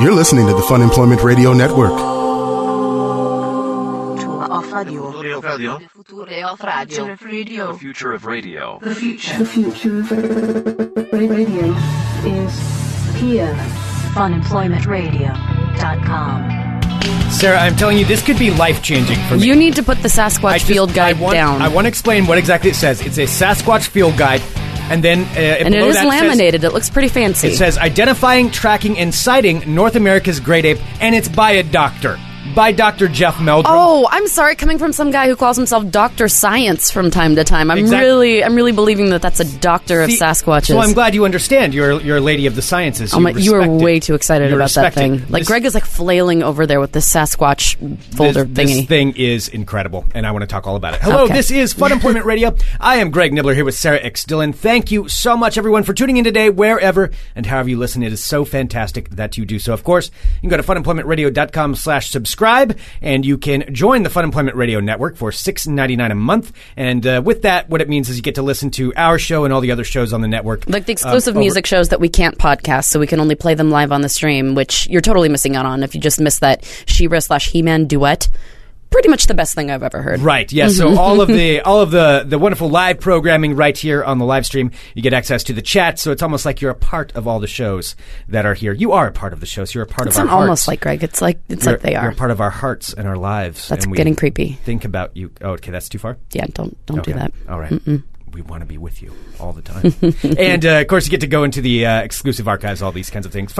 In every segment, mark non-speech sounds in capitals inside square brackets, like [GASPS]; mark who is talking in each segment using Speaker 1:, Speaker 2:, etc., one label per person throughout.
Speaker 1: You're listening to the Fun Employment Radio Network.
Speaker 2: Future of radio.
Speaker 3: Future of
Speaker 2: Future of radio.
Speaker 3: radio.
Speaker 4: The
Speaker 3: The future of radio.
Speaker 4: future. The future of radio is here.
Speaker 5: Funemploymentradio.com.
Speaker 6: Sarah, I'm telling you, this could be life changing for me.
Speaker 7: You need to put the Sasquatch
Speaker 6: I just-
Speaker 7: field guide
Speaker 6: I want,
Speaker 7: down.
Speaker 6: I want to explain what exactly it says. It's a Sasquatch field guide, and then uh,
Speaker 7: and it
Speaker 6: below
Speaker 7: is
Speaker 6: that says-
Speaker 7: laminated. it looks pretty fancy.
Speaker 6: it says identifying, tracking, and sighting North America's great ape, and it's by a doctor, by Dr. Jeff Meldrum.
Speaker 7: Oh, I'm sorry. Coming from some guy who calls himself Doctor Science from time to time, I'm
Speaker 6: Exact-
Speaker 7: really, I'm really believing that that's a doctor
Speaker 6: See,
Speaker 7: of Sasquatches.
Speaker 6: So I'm glad you understand. You're you're a lady of the sciences.
Speaker 7: Oh my, you were
Speaker 6: respect it.
Speaker 7: way too excited
Speaker 6: You
Speaker 7: about that
Speaker 6: respect it.
Speaker 7: thing. Like
Speaker 6: This-
Speaker 7: Greg is like flailing over there with the Sasquatch folder
Speaker 6: this,
Speaker 7: thingy.
Speaker 6: This thing is incredible, and I want to talk all about it. Hello,
Speaker 7: Okay.
Speaker 6: this is
Speaker 7: [LAUGHS]
Speaker 6: Fun Employment Radio. I am Greg Nibbler here with Sarah X. Dillon. Thank you so much, everyone, for tuning in today, wherever and however you listen. It is so fantastic that you do so. Of course, you can go to funemploymentradio.com slash subscribe, and you can join the Fun Employment Radio Network for six ninety nine a month. And uh, with that, what it means is you get to listen to our show and all the other shows on the network. uh,
Speaker 7: like the exclusive
Speaker 6: um, over-
Speaker 7: music shows that we can't podcast, so we can only play them live on the stream, which you're totally missing out on if you just miss that She-Ra slash He-Man duet. Pretty much the best thing I've ever heard.
Speaker 6: Right. Yes. So
Speaker 7: Mm-hmm.
Speaker 6: all of
Speaker 7: [LAUGHS]
Speaker 6: the all of the the wonderful live programming right here on the live stream. You get access to the chat, so it's almost like you're a part of all the shows that are here. You are a part of the shows. You're a part
Speaker 7: It's
Speaker 6: of our
Speaker 7: not almost
Speaker 6: hearts.
Speaker 7: like Greg. It's like it's
Speaker 6: you're,
Speaker 7: like they
Speaker 6: You're
Speaker 7: are.
Speaker 6: a part of our hearts and our lives.
Speaker 7: That's
Speaker 6: and we
Speaker 7: getting creepy.
Speaker 6: Think about you. Oh, okay. That's too far.
Speaker 7: Yeah, don't don't do
Speaker 6: Okay.
Speaker 7: that.
Speaker 6: All right. We want to be with you all the
Speaker 7: [LAUGHS]
Speaker 6: time. and, uh, of course, you get to go into the uh, exclusive archives, all these kinds of things.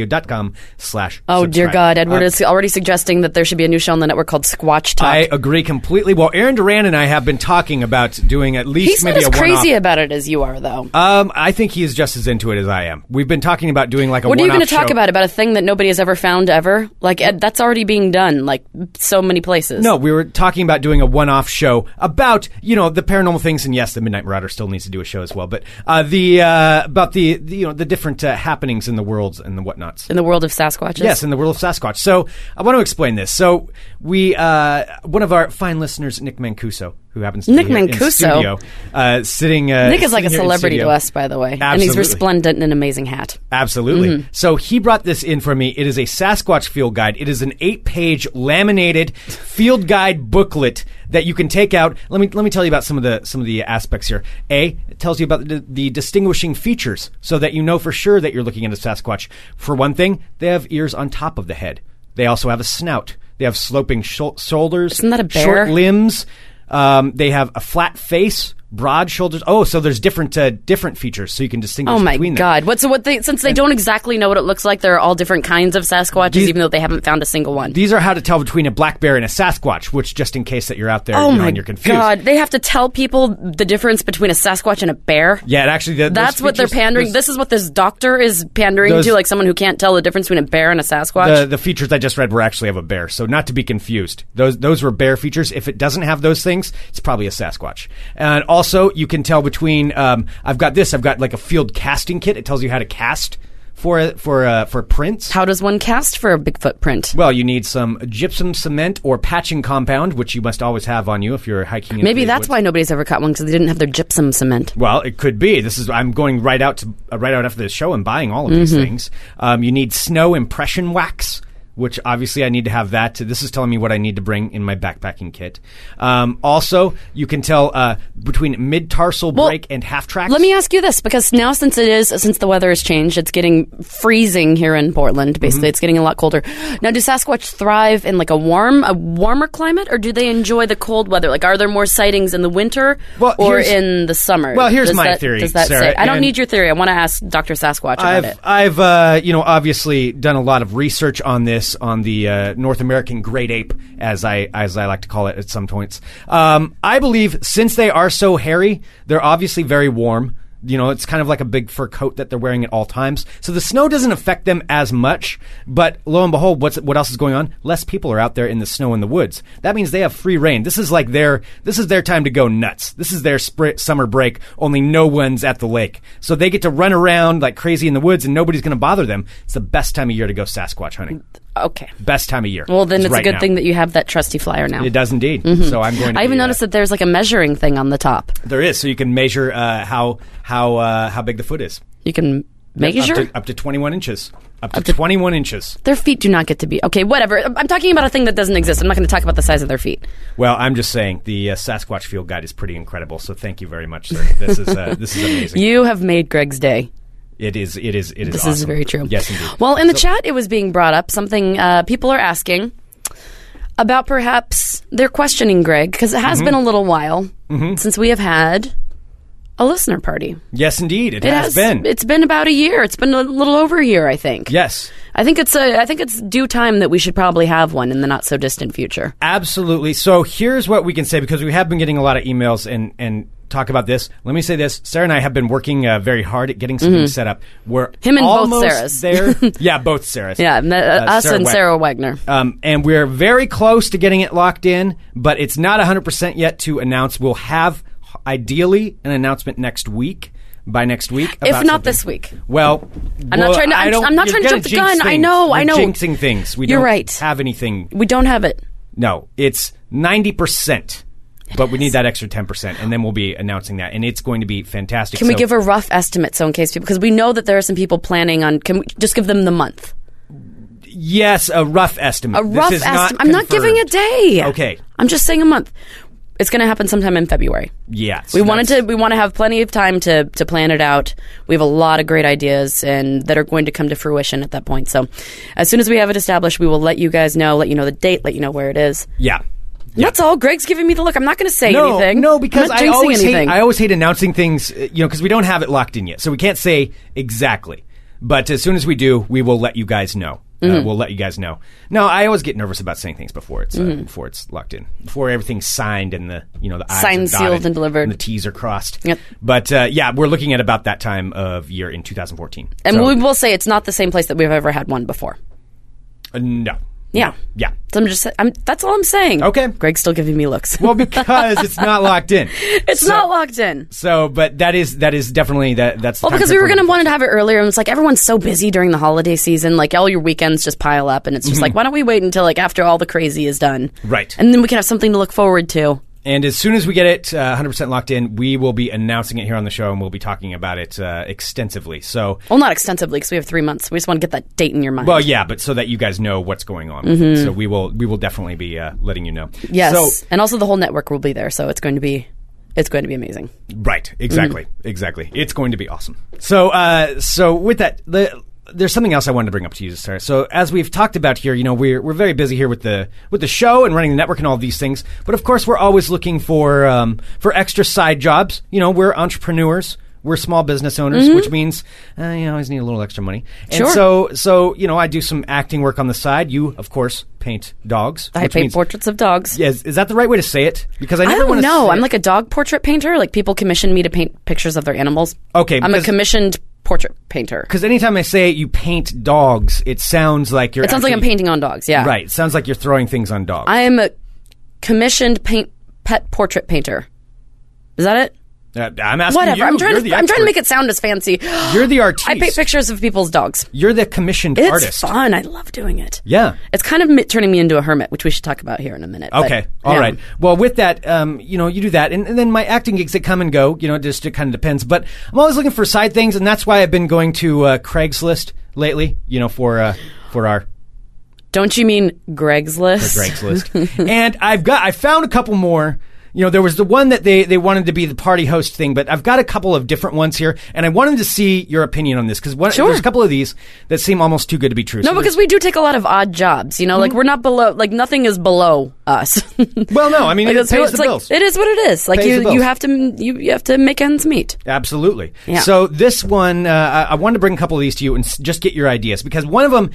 Speaker 6: Funemploymentradio.com slash
Speaker 7: Oh dear
Speaker 6: subscribe.
Speaker 7: God, Edward
Speaker 6: Uh,
Speaker 7: is already suggesting that there should be a new show on the network called Squatch Talk.
Speaker 6: I agree completely. Well, Aaron Duran and I have been talking about doing at least
Speaker 7: He's not
Speaker 6: maybe
Speaker 7: as
Speaker 6: a one-off.
Speaker 7: crazy about it as you are, though.
Speaker 6: Um, I think he is just as into it as I am. We've been talking about doing like a.
Speaker 7: what are you
Speaker 6: going to
Speaker 7: talk about? About a thing that nobody has ever found ever? Like Ed, that's already being done, like so many places.
Speaker 6: No, we were talking about doing a one-off show about you know the paranormal things, and yes, the Midnight Marauder still needs to do a show as well. But uh, the uh, about the, the you know the different uh, happenings in the worlds and the whatnots.
Speaker 7: in the world of Sasquatches.
Speaker 6: Yes, in the world of Sasquatch. So I want to explain this. So we, uh, one of our fine listeners, Nick Mancuso, who happens to
Speaker 7: Nick
Speaker 6: be here in
Speaker 7: Mancuso?
Speaker 6: studio, uh, sitting. Uh,
Speaker 7: Nick is like a
Speaker 6: sitting here in
Speaker 7: celebrity to
Speaker 6: studio.
Speaker 7: us, by the way, and he's
Speaker 6: Absolutely.
Speaker 7: resplendent in an amazing hat.
Speaker 6: Absolutely.
Speaker 7: Mm-hmm.
Speaker 6: So he brought this in for me. It is a Sasquatch field guide. It is an eight-page laminated field guide booklet that you can take out. Let me let me tell you about some of the some of the aspects here. A it tells you about the, the distinguishing features so that you know for sure that you're looking at a Sasquatch. For one thing, they have ears on top of the head. They also have a snout. They have sloping shou- shoulders.
Speaker 7: Isn't that a bear?
Speaker 6: Short limbs. Um, they have a flat face, broad shoulders. Oh, so there's different uh, different features, so you can distinguish
Speaker 7: Oh my
Speaker 6: between them.
Speaker 7: God! What so what they since they don't exactly know what it looks like, there are all different kinds of Sasquatches,
Speaker 6: These-
Speaker 7: even though they haven't found a single one.
Speaker 6: These are how to tell between a black bear and a Sasquatch, which just in case that you're out there
Speaker 7: oh
Speaker 6: you know,
Speaker 7: my
Speaker 6: and you're confused.
Speaker 7: God! They have to tell people the difference between a Sasquatch and a bear.
Speaker 6: Yeah, it actually the,
Speaker 7: That's
Speaker 6: those
Speaker 7: what they're
Speaker 6: features-
Speaker 7: pandering.
Speaker 6: those-
Speaker 7: This is what this doctor is pandering
Speaker 6: Those-
Speaker 7: to, like someone who can't tell the difference between a bear and a Sasquatch.
Speaker 6: uh, the, the features I just read were actually of a bear, so not to be confused. Those those were bear features. If it doesn't have those things, it's probably a Sasquatch. And also, you can tell between. Um, I've got this. I've got like a field casting kit. It tells you how to cast for a- for uh, for prints.
Speaker 7: How does one cast for a Bigfoot print?
Speaker 6: well, you need some gypsum cement or patching compound, which you must always have on you if you're hiking. into
Speaker 7: Maybe
Speaker 6: the
Speaker 7: that's
Speaker 6: woods.
Speaker 7: why nobody's ever caught one because they didn't have their gypsum cement.
Speaker 6: Well, it could be. This is I'm going right out to uh, right out after the show and buying all of these
Speaker 7: Mm-hmm.
Speaker 6: things. Um, you need snow impression wax, which obviously I need to have that. This is telling me what I need to bring in my backpacking kit. Um, also, you can tell uh, between mid tarsal
Speaker 7: Well,
Speaker 6: break and half tracks.
Speaker 7: Let me ask you this because now since it is since the weather has changed, it's getting freezing here in Portland.
Speaker 6: Mm-hmm.
Speaker 7: Basically, it's getting a lot colder. Now, do Sasquatch thrive in like a warm, a warmer climate, or do they enjoy the cold weather? Like, are there more sightings in the winter
Speaker 6: Well,
Speaker 7: or
Speaker 6: here's-
Speaker 7: in the summer?
Speaker 6: well, here's
Speaker 7: Does
Speaker 6: my
Speaker 7: that-
Speaker 6: theory,
Speaker 7: Does that
Speaker 6: Sarah,
Speaker 7: say? I don't
Speaker 6: and-
Speaker 7: need your theory. I want to ask Doctor Sasquatch about
Speaker 6: I've
Speaker 7: it.
Speaker 6: I've uh, you know obviously done a lot of research on this on the uh, North American great ape as I as I like to call it at some points. Um, I believe since they are so hairy, they're obviously very warm. You know, it's kind of like a big fur coat that they're wearing at all times. So the snow doesn't affect them as much. But lo and behold, what's what else is going on? Less people are out there in the snow in the woods. That means they have free reign. This is like their this is their time to go nuts. This is their spring, summer break. Only no one's at the lake, so they get to run around like crazy in the woods, and nobody's going to bother them. It's the best time of year to go Sasquatch hunting.
Speaker 7: Okay.
Speaker 6: Best time of year.
Speaker 7: Well, then
Speaker 6: It's
Speaker 7: it's,
Speaker 6: right
Speaker 7: a good
Speaker 6: now.
Speaker 7: thing that you have that trusty flyer now.
Speaker 6: it does indeed. So I'm going. to uh,
Speaker 7: I even
Speaker 6: do
Speaker 7: noticed
Speaker 6: that.
Speaker 7: that there's like a measuring thing on the top.
Speaker 6: there is, so you can measure uh, how how uh, how big the foot is.
Speaker 7: You can Making
Speaker 6: up
Speaker 7: sure.
Speaker 6: to, up to 21 inches. Up to, 21 inches.
Speaker 7: Their feet do not get to be okay. Whatever. I'm talking about a thing that doesn't exist. I'm not going to talk about the size of their feet.
Speaker 6: Well, I'm just saying the uh, Sasquatch field guide is pretty incredible. So thank you very much, sir. This is uh, this is amazing.
Speaker 7: [LAUGHS] You have made Greg's day.
Speaker 6: it is it is it is.
Speaker 7: This is
Speaker 6: awesome.
Speaker 7: very true.
Speaker 6: Yes, indeed.
Speaker 7: Well, in the chat, it was being brought up something uh, people are asking about. Perhaps they're questioning Greg because it has
Speaker 6: Mm-hmm.
Speaker 7: been a little while since we have had a listener party.
Speaker 6: yes, indeed. It,
Speaker 7: It
Speaker 6: has, been.
Speaker 7: It's been about a year. It's been a little over a year, I think.
Speaker 6: yes.
Speaker 7: I think it's a. I think it's due time that we should probably have one in the not so distant future.
Speaker 6: Absolutely. So here's what we can say because we have been getting a lot of emails and and talk about this. Let me say this: Sarah and I have been working uh, very hard at getting something set up. We're
Speaker 7: Mm-hmm. Him and both
Speaker 6: almost
Speaker 7: Sarahs.
Speaker 6: there.
Speaker 7: [LAUGHS]
Speaker 6: yeah, both Sarahs.
Speaker 7: Yeah, and that-
Speaker 6: Uh,
Speaker 7: us and
Speaker 6: Wag-
Speaker 7: Sarah Wagner.
Speaker 6: Um, and we're very close to getting it locked in, but it's not 100% yet to announce. We'll have ideally an announcement next week. By next week,
Speaker 7: If
Speaker 6: about
Speaker 7: not
Speaker 6: something.
Speaker 7: this week.
Speaker 6: Well,
Speaker 7: I'm not
Speaker 6: well,
Speaker 7: trying to-
Speaker 6: I
Speaker 7: I'm-
Speaker 6: don't-
Speaker 7: I'm not
Speaker 6: you're
Speaker 7: trying to
Speaker 6: gonna
Speaker 7: jump the
Speaker 6: jinx
Speaker 7: gun. I
Speaker 6: things.
Speaker 7: know, I
Speaker 6: You're
Speaker 7: know.
Speaker 6: Jinxing things. We
Speaker 7: You're
Speaker 6: don't
Speaker 7: right.
Speaker 6: have anything
Speaker 7: We don't have it.
Speaker 6: no, it's 90%. But we need that extra 10%, and then we'll be announcing that. And it's going to be fantastic.
Speaker 7: Can we
Speaker 6: So-
Speaker 7: give a rough estimate so in case people because we know that there are some people planning on can we just give them the month.
Speaker 6: Yes, a rough estimate.
Speaker 7: A rough
Speaker 6: This is
Speaker 7: estimate. I'm not giving a
Speaker 6: confirmed.
Speaker 7: day.
Speaker 6: Okay.
Speaker 7: I'm just saying a month. It's going to happen sometime in February.
Speaker 6: Yes.
Speaker 7: We wanted
Speaker 6: that's-
Speaker 7: to we want to have plenty of time to to plan it out. We have a lot of great ideas and that are going to come to fruition at that point. So, as soon as we have it established, we will let you guys know, let you know the date, let you know where it is.
Speaker 6: Yeah.
Speaker 7: That's all. Greg's giving me the look. I'm not going to say
Speaker 6: No,
Speaker 7: anything.
Speaker 6: no, because
Speaker 7: I'm not
Speaker 6: I
Speaker 7: jinxing
Speaker 6: always
Speaker 7: anything.
Speaker 6: hate I always hate announcing things, uh, you know, because we don't have it locked in yet, so we can't say exactly. But as soon as we do, we will let you guys know.
Speaker 7: Mm-hmm.
Speaker 6: Uh, we'll let you guys know. No, I always get nervous about saying things before it's uh,
Speaker 7: Mm-hmm.
Speaker 6: before it's locked in, before everything's signed and the you know the I's are
Speaker 7: Signed, sealed,
Speaker 6: dotted
Speaker 7: and delivered.
Speaker 6: the T's are crossed.
Speaker 7: Yep.
Speaker 6: But uh, yeah, we're looking at about that time of year in 2014.
Speaker 7: and
Speaker 6: So,
Speaker 7: we will say it's not the same place that we've ever had one before.
Speaker 6: uh, no,
Speaker 7: Yeah.
Speaker 6: yeah.
Speaker 7: So I'm just I'm that's all I'm saying.
Speaker 6: Okay.
Speaker 7: Greg's still giving
Speaker 6: [LAUGHS]
Speaker 7: me looks.
Speaker 6: Well, because it's not locked in.
Speaker 7: [LAUGHS] it's not locked in.
Speaker 6: So, but that is that is definitely that that's. the
Speaker 7: Well,
Speaker 6: time
Speaker 7: because
Speaker 6: frame
Speaker 7: we were
Speaker 6: for-
Speaker 7: going to want to have it earlier, and it's like everyone's so busy during the holiday season. Like all your weekends just pile up, and it's
Speaker 6: Mm-hmm.
Speaker 7: just like, why don't we wait until like after all the crazy is done,
Speaker 6: Right.
Speaker 7: And then we can have something to look forward to.
Speaker 6: And as soon as we get it uh, 100% locked in, we will be announcing it here on the show and we'll be talking about it uh, extensively. So,
Speaker 7: Well, not extensively because we have three months. We just want to get that date in your mind.
Speaker 6: well, yeah, but so that you guys know what's going on. with it. So we will we will definitely be uh, letting you know.
Speaker 7: yes,
Speaker 6: So,
Speaker 7: and also the whole network will be there, so it's going to be it's going to be amazing.
Speaker 6: right, exactly. Exactly. It's going to be awesome. So uh, so with that the there's something else I wanted to bring up to you, Sarah. So as we've talked about here, you know, we're we're very busy here with the with the show and running the network and all these things. But of course, we're always looking for um, for extra side jobs. You know, we're entrepreneurs. We're small business owners, which means uh, you always need a little extra money. And
Speaker 7: Mm-hmm. Sure.
Speaker 6: so, so you know, I do some acting work on the side. You, of course, paint dogs.
Speaker 7: I
Speaker 6: which
Speaker 7: paint
Speaker 6: means-
Speaker 7: portraits of dogs.
Speaker 6: Yeah, is, is that the right way to say it? Because I,
Speaker 7: I
Speaker 6: never
Speaker 7: don't
Speaker 6: wanna
Speaker 7: know.
Speaker 6: say
Speaker 7: I'm
Speaker 6: it.
Speaker 7: like a dog portrait painter. Like people commission me to paint pictures of their animals.
Speaker 6: Okay,
Speaker 7: I'm a
Speaker 6: because-
Speaker 7: commissioned portrait painter.
Speaker 6: Because anytime I say you paint dogs, it sounds like you're.
Speaker 7: It sounds like I'm
Speaker 6: actually-
Speaker 7: painting on dogs. Yeah,
Speaker 6: Right. Sounds like you're throwing things on dogs.
Speaker 7: I am a commissioned paint pet portrait painter. Is that it?
Speaker 6: uh, I'm asking
Speaker 7: Whatever.
Speaker 6: you.
Speaker 7: I'm trying.
Speaker 6: You're
Speaker 7: To,
Speaker 6: the
Speaker 7: I'm trying
Speaker 6: expert.
Speaker 7: to make it sound as fancy. [GASPS]
Speaker 6: You're the artiste.
Speaker 7: I paint pictures of people's dogs.
Speaker 6: You're the commissioned
Speaker 7: It's
Speaker 6: artist.
Speaker 7: fun. I love doing it.
Speaker 6: Yeah.
Speaker 7: It's kind of mi- turning me into a hermit, which we should talk about here in a minute. but,
Speaker 6: Okay. All
Speaker 7: yeah.
Speaker 6: right. Well, with that, um, you know, you do that, and, and then my acting gigs that come and go. You know, just it kind of depends. But I'm always looking for side things, and that's why I've been going to uh, Craigslist lately. You know, for uh, for our
Speaker 7: Don't you mean Greg's list?
Speaker 6: Greg's list.
Speaker 7: [LAUGHS]
Speaker 6: and I've got I found a couple more. You know, there was the one that they, they wanted to be the party host thing, but I've got a couple of different ones here, and I wanted to see your opinion on this because
Speaker 7: Sure.
Speaker 6: there's a couple of these that seem almost too good to be true.
Speaker 7: No, because we do take a lot of odd jobs. You know, like we're not below. Like nothing is below us.
Speaker 6: Mm-hmm.
Speaker 7: [LAUGHS]
Speaker 6: well, no, I mean
Speaker 7: Like,
Speaker 6: it
Speaker 7: that's how
Speaker 6: pays
Speaker 7: it's
Speaker 6: the
Speaker 7: like-
Speaker 6: bills.
Speaker 7: It is what it is. Like
Speaker 6: Pays the
Speaker 7: you, you
Speaker 6: bills.
Speaker 7: have to, you, you have to make ends meet.
Speaker 6: Absolutely.
Speaker 7: Yeah.
Speaker 6: So this one, uh, I, I wanted to bring a couple of these to you and s- just get your ideas because one of them,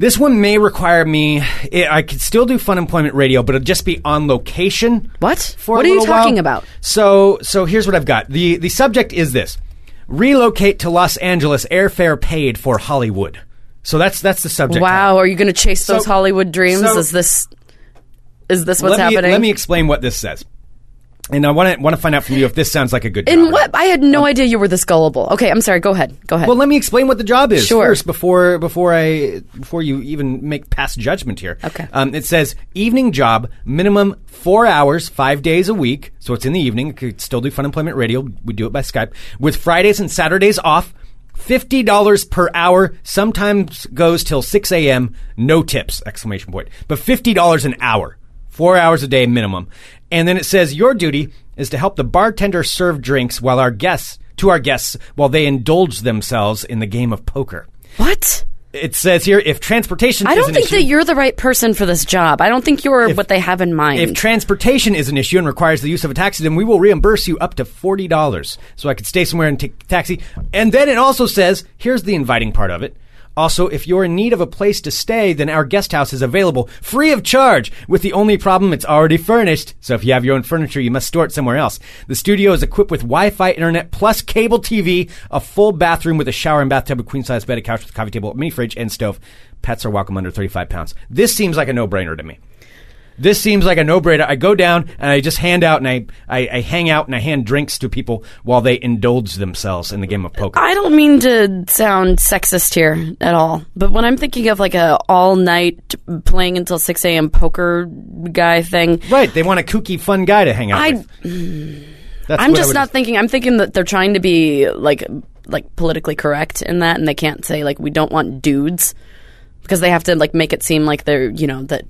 Speaker 6: this one may require me. i I could still do Fun Employment Radio, but it'll just be on location.
Speaker 7: What?
Speaker 6: For
Speaker 7: What
Speaker 6: a
Speaker 7: are you
Speaker 6: little while.
Speaker 7: talking about?
Speaker 6: So, so here's what I've got. the The subject is this: relocate to Los Angeles, airfare paid for Hollywood. So that's that's the subject.
Speaker 7: Wow, are you going to chase those
Speaker 6: So-
Speaker 7: Hollywood dreams?
Speaker 6: so-
Speaker 7: is this is this what's
Speaker 6: let me,
Speaker 7: happening?
Speaker 6: Let me explain what this says, and I want to want to find out from you if this sounds like a good. job or
Speaker 7: In
Speaker 6: not.
Speaker 7: what? I had no idea you were this gullible. Okay, I'm sorry. Go ahead. Go ahead.
Speaker 6: Well, let me explain what the job is
Speaker 7: Sure.
Speaker 6: first before before I before you even make past judgment here.
Speaker 7: Okay.
Speaker 6: Um, it says evening job, minimum four hours, five days a week. So it's in the evening. Could still do Fun Employment Radio. We do it by Skype with Fridays and Saturdays off. Fifty dollars per hour. Sometimes goes till six a.m. No tips! Exclamation point. But fifty dollars an hour, four hours a day minimum. And then it says your duty is to help the bartender serve drinks while our guests to our guests while they indulge themselves in the game of poker.
Speaker 7: What?
Speaker 6: It says here if transportation.
Speaker 7: I
Speaker 6: is
Speaker 7: don't
Speaker 6: an
Speaker 7: think
Speaker 6: issue-
Speaker 7: that you're the right person for this job. I don't think you're what they have in mind.
Speaker 6: If transportation is an issue and requires the use of a taxi, then we will reimburse you up to forty dollars. So I could stay somewhere and take a taxi. And then it also says, here's the inviting part of it. Also, if you're in need of a place to stay, then our guest house is available free of charge, with the only problem it's already furnished. So if you have your own furniture, you must store it somewhere else. The studio is equipped with Wi Fi, internet, plus cable TV, a full bathroom with a shower and bathtub, a queen size bed, a couch with a coffee table, a mini fridge, and stove. Pets are welcome under 35 pounds. This seems like a no brainer to me this seems like a no-brainer. I go down and I just hand out and I, I, I hang out and I hand drinks to people while they indulge themselves in the game of poker.
Speaker 7: I don't mean to sound sexist here at all, but when I'm thinking of like a all night playing until six a.m. poker guy thing,
Speaker 6: right. They want a kooky, fun guy to hang out
Speaker 7: I- Mm.
Speaker 6: with. That's
Speaker 7: I'm
Speaker 6: what I
Speaker 7: just
Speaker 6: would-
Speaker 7: not thinking. I'm thinking that they're trying to be like like politically correct in that, and they can't say like we don't want dudes because they have to like make it seem like they're you know that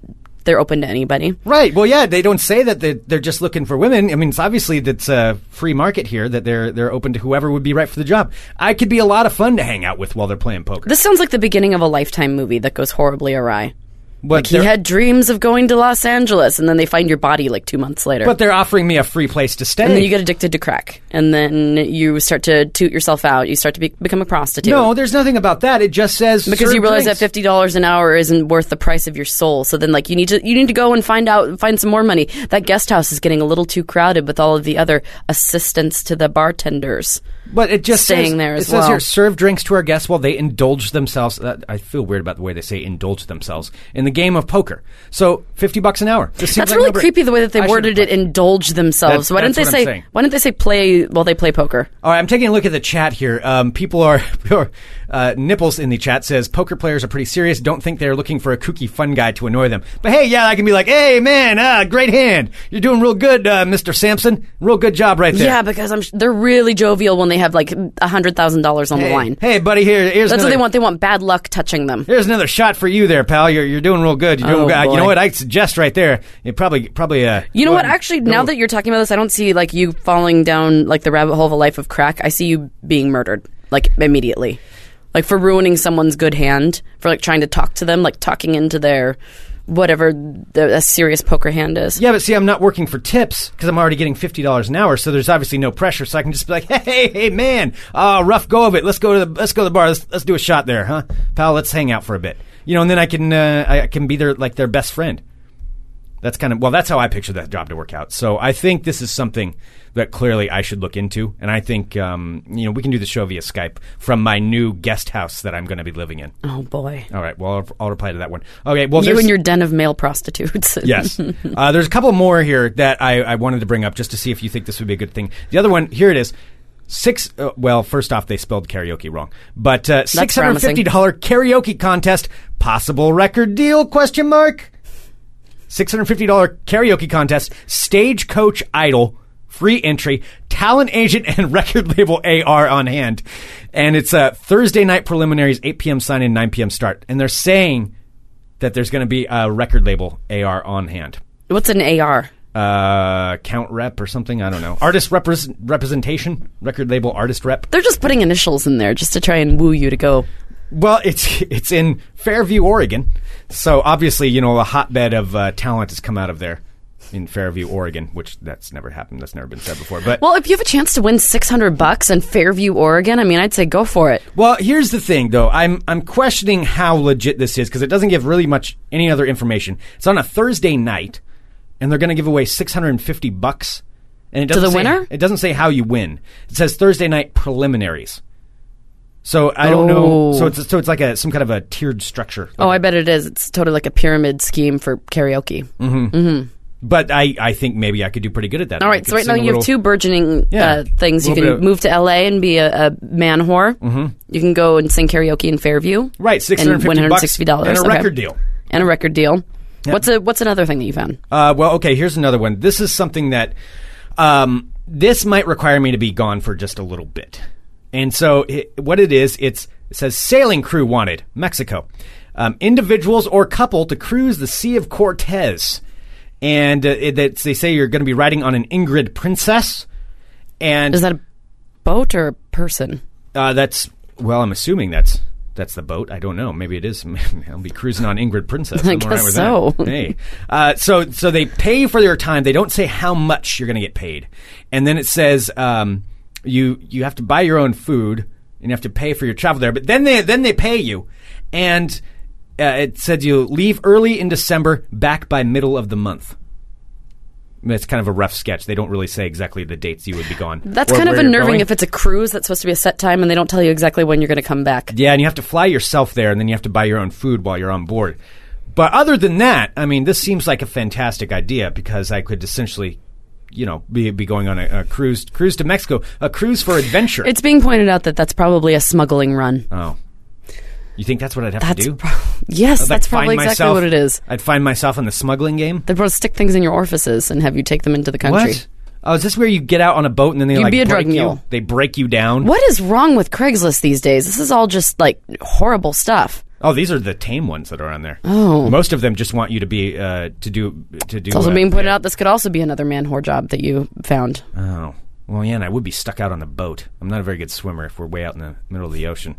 Speaker 7: they're open to anybody.
Speaker 6: Right. Well, yeah, they don't say that they're, they're just looking for women. I mean, it's obviously that's a free market here that they're they're open to whoever would be right for the job. I could be a lot of fun to hang out with while they're playing poker.
Speaker 7: This sounds like the beginning of a lifetime movie that goes horribly awry.
Speaker 6: But
Speaker 7: Like he
Speaker 6: they're-
Speaker 7: had dreams of going to Los Angeles, and then they find your body like two months later.
Speaker 6: but they're offering me a free place to stay.
Speaker 7: and then you get addicted to crack, and then you start to toot yourself out. You start to be, become a prostitute.
Speaker 6: no, there's nothing about that. It just says
Speaker 7: because
Speaker 6: serve
Speaker 7: you realize
Speaker 6: drinks.
Speaker 7: that fifty dollars an hour isn't worth the price of your soul. So then, like, you need to you need to go and find out find some more money. That guest house is getting a little too crowded with all of the other assistants to the bartenders.
Speaker 6: But it just
Speaker 7: staying
Speaker 6: says,
Speaker 7: there
Speaker 6: it
Speaker 7: as
Speaker 6: says
Speaker 7: well.
Speaker 6: here, serve drinks to our guests while they indulge themselves. That, I feel weird about the way they say indulge themselves in the game of poker. So fifty bucks an hour. This seems
Speaker 7: That's
Speaker 6: like
Speaker 7: really
Speaker 6: no-brainer.
Speaker 7: creepy the way that they
Speaker 6: I should-
Speaker 7: worded it. Indulge themselves.
Speaker 6: That's-
Speaker 7: why didn't they
Speaker 6: that's what I'm
Speaker 7: say?
Speaker 6: saying.
Speaker 7: Why didn't they say play while they play poker?
Speaker 6: All right, I'm taking a look at the chat here. Um, people are [LAUGHS] uh, nipples in the chat says poker players are pretty serious. Don't think they're looking for a kooky fun guy to annoy them. But hey, yeah, I can be like, hey man, ah, great hand. You're doing real good, uh, Mr. Sampson. Real good job right there.
Speaker 7: Yeah, because I'm sh- they're really jovial when they have like hundred thousand dollars [LAUGHS] on the line.
Speaker 6: Hey buddy, here here's
Speaker 7: That's what
Speaker 6: another-
Speaker 7: they want. They want bad luck touching them.
Speaker 6: Here's another shot for you there, pal. You're, you're doing real good. You're doing
Speaker 7: Oh,
Speaker 6: good. You
Speaker 7: boy.
Speaker 6: know what? I suggest right there. You probably probably uh.
Speaker 7: You know
Speaker 6: go
Speaker 7: what?
Speaker 6: ahead and
Speaker 7: Actually,
Speaker 6: go-
Speaker 7: now that you're talking about this, I don't see like you falling down like the rabbit hole of a life of crack. I see you being murdered like immediately, like for ruining someone's good hand, for like trying to talk to them, like talking into their whatever the, a serious poker hand is.
Speaker 6: yeah, but see, I'm not working for tips because I'm already getting fifty dollars an hour, so there's obviously no pressure. So I can just be like, [LAUGHS] hey, hey, hey, man, uh, rough go of it. Let's go to the let's go to the bar. Let's let's do a shot there, huh, pal? Let's hang out for a bit. You know, and then I can uh, I I can be their like their best friend. That's kind of well. That's how I picture that job to work out. So I think this is something that clearly I should look into, and I think um, you know we can do the show via Skype from my new guest house that I'm going to be living in.
Speaker 7: Oh boy,
Speaker 6: All right. Well, I'll, I'll reply to that one. Okay. Well,
Speaker 7: you
Speaker 6: there's-
Speaker 7: and your den of male prostitutes.
Speaker 6: yes. Uh, there's a couple more here that I, I wanted to bring up just to see if you think this would be a good thing. The other one here it is. Six. Uh, well, first off, they spelled karaoke wrong, but uh, six hundred fifty
Speaker 7: promising.
Speaker 6: dollar karaoke contest possible record deal? Question mark. Six hundred fifty dollar karaoke contest. Stagecoach Idol. Free entry, talent agent and [LAUGHS] record label AR on hand. And it's uh, Thursday night preliminaries, 8 p.m. sign in, 9 p.m. start. And they're saying that there's going to be a record label AR on hand.
Speaker 7: What's an AR?
Speaker 6: Uh, count rep or something. I don't know. Artist repres- representation, record label artist rep.
Speaker 7: They're just putting initials in there just to try and woo you to go.
Speaker 6: Well, it's [LAUGHS] it's in Fairview, Oregon. So obviously, you know, a hotbed of uh, talent has come out of there in Fairview, Oregon, which that's never happened. That's never been said before. But
Speaker 7: Well, if you have a chance to win six hundred bucks in Fairview, Oregon, I mean, I'd say go for it.
Speaker 6: Well, here's the thing, though. I'm I'm questioning how legit this is because it doesn't give really much any other information. It's on a Thursday night, and they're going to give away 650 bucks. And it doesn't
Speaker 7: the
Speaker 6: say-
Speaker 7: winner?
Speaker 6: It doesn't say how you win. It says Thursday night preliminaries. So I don't know.
Speaker 7: Oh.
Speaker 6: So it's so it's like a some kind of a tiered structure.
Speaker 7: Oh, I bet it is. It's totally like a pyramid scheme for karaoke.
Speaker 6: But I I think maybe I could do pretty good at that.
Speaker 7: All right, so right now you have two burgeoning
Speaker 6: Yeah,
Speaker 7: uh, things. You
Speaker 6: little
Speaker 7: can
Speaker 6: bit of-
Speaker 7: move to LA and be a, a man whore. Mm-hmm. You can go and sing karaoke in Fairview.
Speaker 6: Right, six hundred fifty
Speaker 7: and
Speaker 6: bucks
Speaker 7: $160.
Speaker 6: and a
Speaker 7: Okay.
Speaker 6: record deal.
Speaker 7: And a record deal. What's a what's another thing that you found?
Speaker 6: Uh, well, okay, here's another one. This is something that um, this might require me to be gone for just a little bit. And so it, what it is, it's, it says sailing crew wanted, Mexico. Um, individuals or couple to cruise the Sea of Cortez. And uh, it, it's- they say you're going to be riding on an Ingrid Princess. And
Speaker 7: Is that a boat or a person?
Speaker 6: uh, that's well, I'm assuming that's that's the boat. I don't know. Maybe it is. [LAUGHS] I'll be cruising on Ingrid Princess.
Speaker 7: I
Speaker 6: I'm all right
Speaker 7: guess
Speaker 6: with
Speaker 7: so.
Speaker 6: That. Hey, uh, so so they pay for their time. They don't say how much you're going to get paid, and then it says um, you you have to buy your own food and you have to pay for your travel there. But then they then they pay you, and uh, it said you leave early in December, back by middle of the month. I mean, It's kind of a rough sketch. They don't really say exactly the dates you would be gone.
Speaker 7: That's
Speaker 6: or
Speaker 7: kind of
Speaker 6: where you're
Speaker 7: unnerving
Speaker 6: going.
Speaker 7: if it's a cruise that's supposed to be a set time and they don't tell you exactly when you're going to come back.
Speaker 6: Yeah, and you have to fly yourself there, and then you have to buy your own food while you're on board. But other than that, I mean, this seems like a fantastic idea because I could essentially, you know, be, be going on a, a cruise cruise to Mexico, a cruise for adventure.
Speaker 7: It's being pointed out that that's probably a smuggling run.
Speaker 6: oh, you think that's what I'd have
Speaker 7: That's
Speaker 6: to do?
Speaker 7: pro- yes,
Speaker 6: I'd, like,
Speaker 7: that's probably
Speaker 6: find
Speaker 7: exactly
Speaker 6: myself-
Speaker 7: what it is.
Speaker 6: I'd find myself in the smuggling game.
Speaker 7: They'd probably stick things in your orifices and have you take them into the country.
Speaker 6: What? Oh, is this where you get out on a boat and then they
Speaker 7: You'd
Speaker 6: like
Speaker 7: be a drug
Speaker 6: break you?
Speaker 7: mule.
Speaker 6: They break you down.
Speaker 7: What is wrong with Craigslist these days? This is all just like horrible stuff.
Speaker 6: Oh, these are the tame ones that are on there.
Speaker 7: Oh.
Speaker 6: most of them just want you to be uh, to do to do.
Speaker 7: It's also
Speaker 6: uh,
Speaker 7: being pointed out this could also be another man whore job that you found.
Speaker 6: Oh. Well, yeah, and I would be stuck out on the boat. I'm not a very good swimmer if we're way out in the middle of the ocean.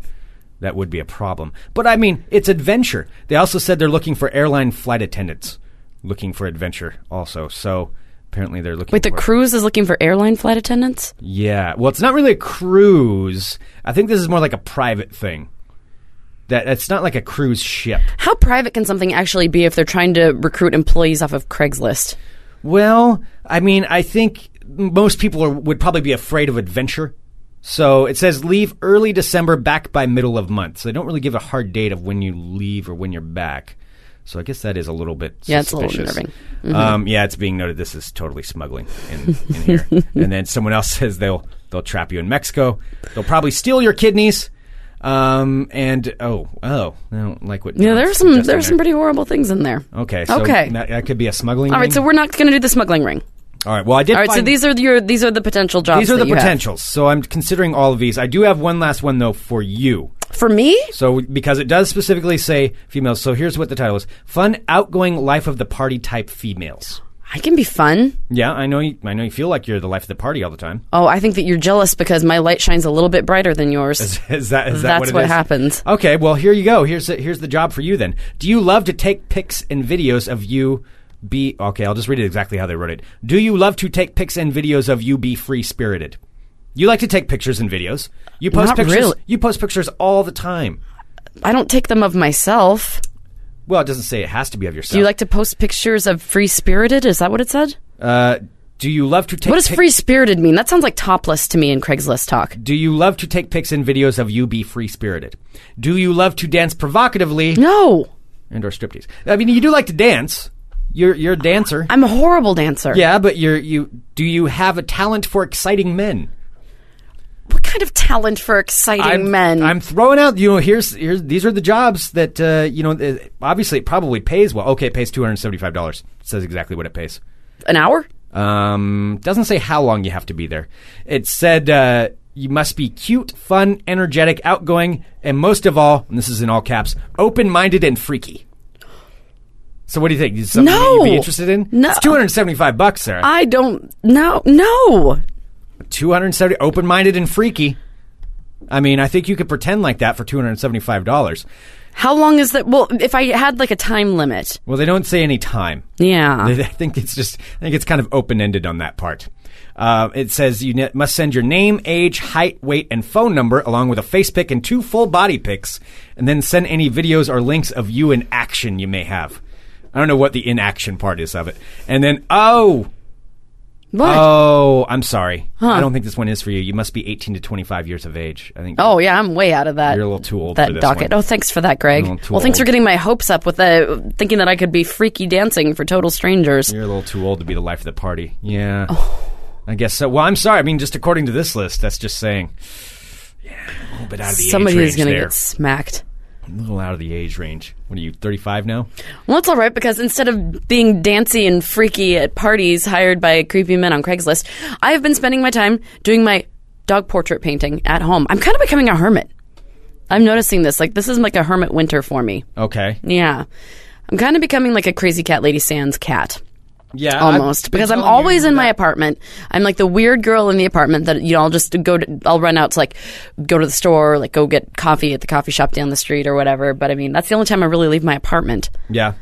Speaker 6: That would be a problem. But I mean, it's adventure. They also said they're looking for airline flight attendants, looking for adventure also. So apparently they're looking
Speaker 7: Wait, the
Speaker 6: for
Speaker 7: cruise is looking for airline flight attendants?
Speaker 6: Yeah. Well, it's not really a cruise. I think this is more like a private thing. That it's not like a cruise ship.
Speaker 7: How private can something actually be if they're trying to recruit employees off of Craigslist?
Speaker 6: Well, I mean, I think most people are, would probably be afraid of adventure. So it says leave early December, back by middle of month. So they don't really give a hard date of when you leave or when you're back. So I guess that is a little bit
Speaker 7: Yeah, it's a little
Speaker 6: suspicious.
Speaker 7: unnerving. Mm-hmm.
Speaker 6: Um, yeah, it's being noted this is totally smuggling in, in
Speaker 7: [LAUGHS]
Speaker 6: here. and then someone else says they'll they'll trap you in Mexico. They'll probably steal your kidneys. Um, and oh oh, I don't like what.
Speaker 7: Yeah,
Speaker 6: John's
Speaker 7: there are some
Speaker 6: suggesting
Speaker 7: there are some pretty horrible things in there.
Speaker 6: Okay, so
Speaker 7: Okay.
Speaker 6: That, that could be a smuggling.
Speaker 7: All right,
Speaker 6: ring.
Speaker 7: so we're not going to do the smuggling ring.
Speaker 6: all right. Well, I did.
Speaker 7: All right, so
Speaker 6: find-
Speaker 7: these are your these are the potential jobs.
Speaker 6: These are
Speaker 7: that
Speaker 6: the
Speaker 7: you have.
Speaker 6: potentials. So I'm considering all of these. I do have one last one though for you.
Speaker 7: for me.
Speaker 6: So because it does specifically say females. So here's what the title is: Fun, outgoing, life of the party type females.
Speaker 7: I can be fun.
Speaker 6: Yeah, I know. You, I know you feel like you're the life of the party all the time. [LAUGHS]
Speaker 7: Oh, I think that you're jealous because my light shines a little bit brighter than yours.
Speaker 6: Is that is that
Speaker 7: That's
Speaker 6: what it
Speaker 7: what
Speaker 6: is?
Speaker 7: happens.
Speaker 6: Okay, well here you go. Here's the, here's the job for you then. Do you love to take pics and videos of you? Be okay. I'll just read it exactly how they wrote it. Do you love to take pics and videos of you? Be free spirited. You like to take pictures and videos. You post
Speaker 7: Not
Speaker 6: pictures.
Speaker 7: really.
Speaker 6: You post pictures all the time.
Speaker 7: I don't take them of myself.
Speaker 6: Well, it doesn't say it has to be of yourself.
Speaker 7: Do you like to post pictures of free spirited? Is that what it said?
Speaker 6: Uh, do you love to take?
Speaker 7: What does
Speaker 6: pic-
Speaker 7: free spirited mean? That sounds like topless to me in Craigslist talk.
Speaker 6: Do you love to take pics and videos of you? Be free spirited. Do you love to dance provocatively
Speaker 7: No,
Speaker 6: and or striptease? I mean, you do like to dance. You're you're a dancer.
Speaker 7: I'm a horrible dancer.
Speaker 6: yeah, but you're you. Do you have a talent for exciting men?
Speaker 7: What kind of talent for exciting
Speaker 6: I'm,
Speaker 7: men?
Speaker 6: I'm throwing out. You know, here's here's these are the jobs that uh, you know. uh, Obviously, it probably pays well. Okay, it pays two hundred seventy five dollars. Says exactly what it pays.
Speaker 7: An hour?
Speaker 6: Um, doesn't say how long you have to be there. It said uh, you must be cute, fun, energetic, outgoing, and most of all, and this is in all caps, open-minded and freaky. So what do you think? Is something that you'd be
Speaker 7: No.
Speaker 6: interested in?
Speaker 7: No.
Speaker 6: It's 275 bucks, Sarah.
Speaker 7: I don't. No, no.
Speaker 6: 270 open-minded and freaky. I mean, I think you could pretend like that for $275.
Speaker 7: How long is that? Well, if I had like a time limit,
Speaker 6: Well, they don't say any time.
Speaker 7: yeah.
Speaker 6: I think it's just I think it's kind of open ended on that part. Uh, it says you ne- must send your name, age, height, weight, and phone number along with a face pic and two full body pics, and then send any videos or links of you in action you may have. I don't know what the inaction part is of it. And then oh
Speaker 7: What?
Speaker 6: oh, I'm sorry, I don't think this one is for you. You must be 18 to 25 years of age. I think.
Speaker 7: Oh yeah, I'm way out of that.
Speaker 6: You're a little too old
Speaker 7: That
Speaker 6: for this
Speaker 7: docket.
Speaker 6: one.
Speaker 7: Oh, thanks for that, Greg.
Speaker 6: You're a little too
Speaker 7: Well, thanks for
Speaker 6: old.
Speaker 7: getting my hopes up with uh, thinking that I could be freaky dancing for total strangers.
Speaker 6: You're a little too old to be the life of the party. Yeah. I guess so. Well, I'm sorry. I mean, just according to this list, that's just saying. Yeah, a little bit out of the
Speaker 7: Somebody
Speaker 6: age
Speaker 7: is
Speaker 6: range
Speaker 7: going to
Speaker 6: there.
Speaker 7: get smacked.
Speaker 6: A little out of the age range. What are you, 35 now?
Speaker 7: Well, it's all right because instead of being dancy and freaky at parties hired by creepy men on Craigslist, I have been spending my time doing my dog portrait painting at home. I'm kind of becoming a hermit. I'm noticing this. Like this is like a hermit winter for me.
Speaker 6: Okay.
Speaker 7: Yeah. I'm kind of becoming like a crazy cat lady sans cat
Speaker 6: Yeah.
Speaker 7: almost
Speaker 6: I've been
Speaker 7: because I'm
Speaker 6: telling you
Speaker 7: always in my
Speaker 6: that-
Speaker 7: apartment. I'm like the weird girl in the apartment that you know I'll just go to I'll run out to like go to the store, like go get coffee at the coffee shop down the street or whatever, but I mean that's the only time I really leave my apartment.
Speaker 6: Yeah.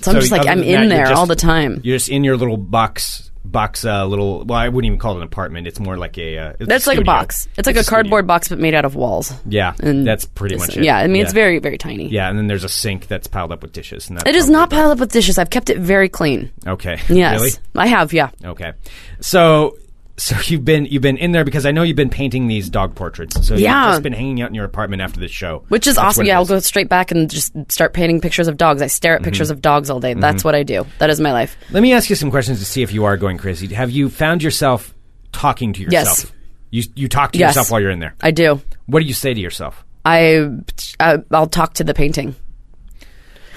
Speaker 7: So I'm just like
Speaker 6: other
Speaker 7: I'm
Speaker 6: than
Speaker 7: in
Speaker 6: that, you're
Speaker 7: there
Speaker 6: just-
Speaker 7: all the time.
Speaker 6: You're just in your little box, box, uh, little. Well, I wouldn't even call it an apartment. It's more like a. Uh, it's
Speaker 7: That's like a
Speaker 6: studio.
Speaker 7: box. It's like a,
Speaker 6: studio.
Speaker 7: cardboard box but made out of walls.
Speaker 6: Yeah,
Speaker 7: And
Speaker 6: that's pretty much it.
Speaker 7: Yeah, I mean it's very very tiny.
Speaker 6: Yeah, and then there's a sink that's piled up with dishes. And that's
Speaker 7: It is
Speaker 6: probably
Speaker 7: not
Speaker 6: about-
Speaker 7: piled up with dishes. I've kept it very clean.
Speaker 6: Okay.
Speaker 7: Yes.
Speaker 6: Really?
Speaker 7: I have, yeah.
Speaker 6: Okay. So so [LAUGHS] you've been you've been in there because I know you've been painting these dog portraits. So
Speaker 7: Yeah.
Speaker 6: you've just been hanging out in your apartment after the show.
Speaker 7: Which is
Speaker 6: That's
Speaker 7: awesome.
Speaker 6: what it
Speaker 7: Yeah, I'll
Speaker 6: is. Mm-hmm.
Speaker 7: go straight back and just start painting pictures of dogs. I stare at pictures of dogs all day. That's what I do. That is my life.
Speaker 6: Let me ask you some questions to see if you are going crazy. Have you found yourself talking to yourself?
Speaker 7: Yes.
Speaker 6: You you talk to
Speaker 7: Yes.
Speaker 6: yourself while you're in there.
Speaker 7: I do.
Speaker 6: What do you say to yourself?
Speaker 7: I, I I'll talk to the painting.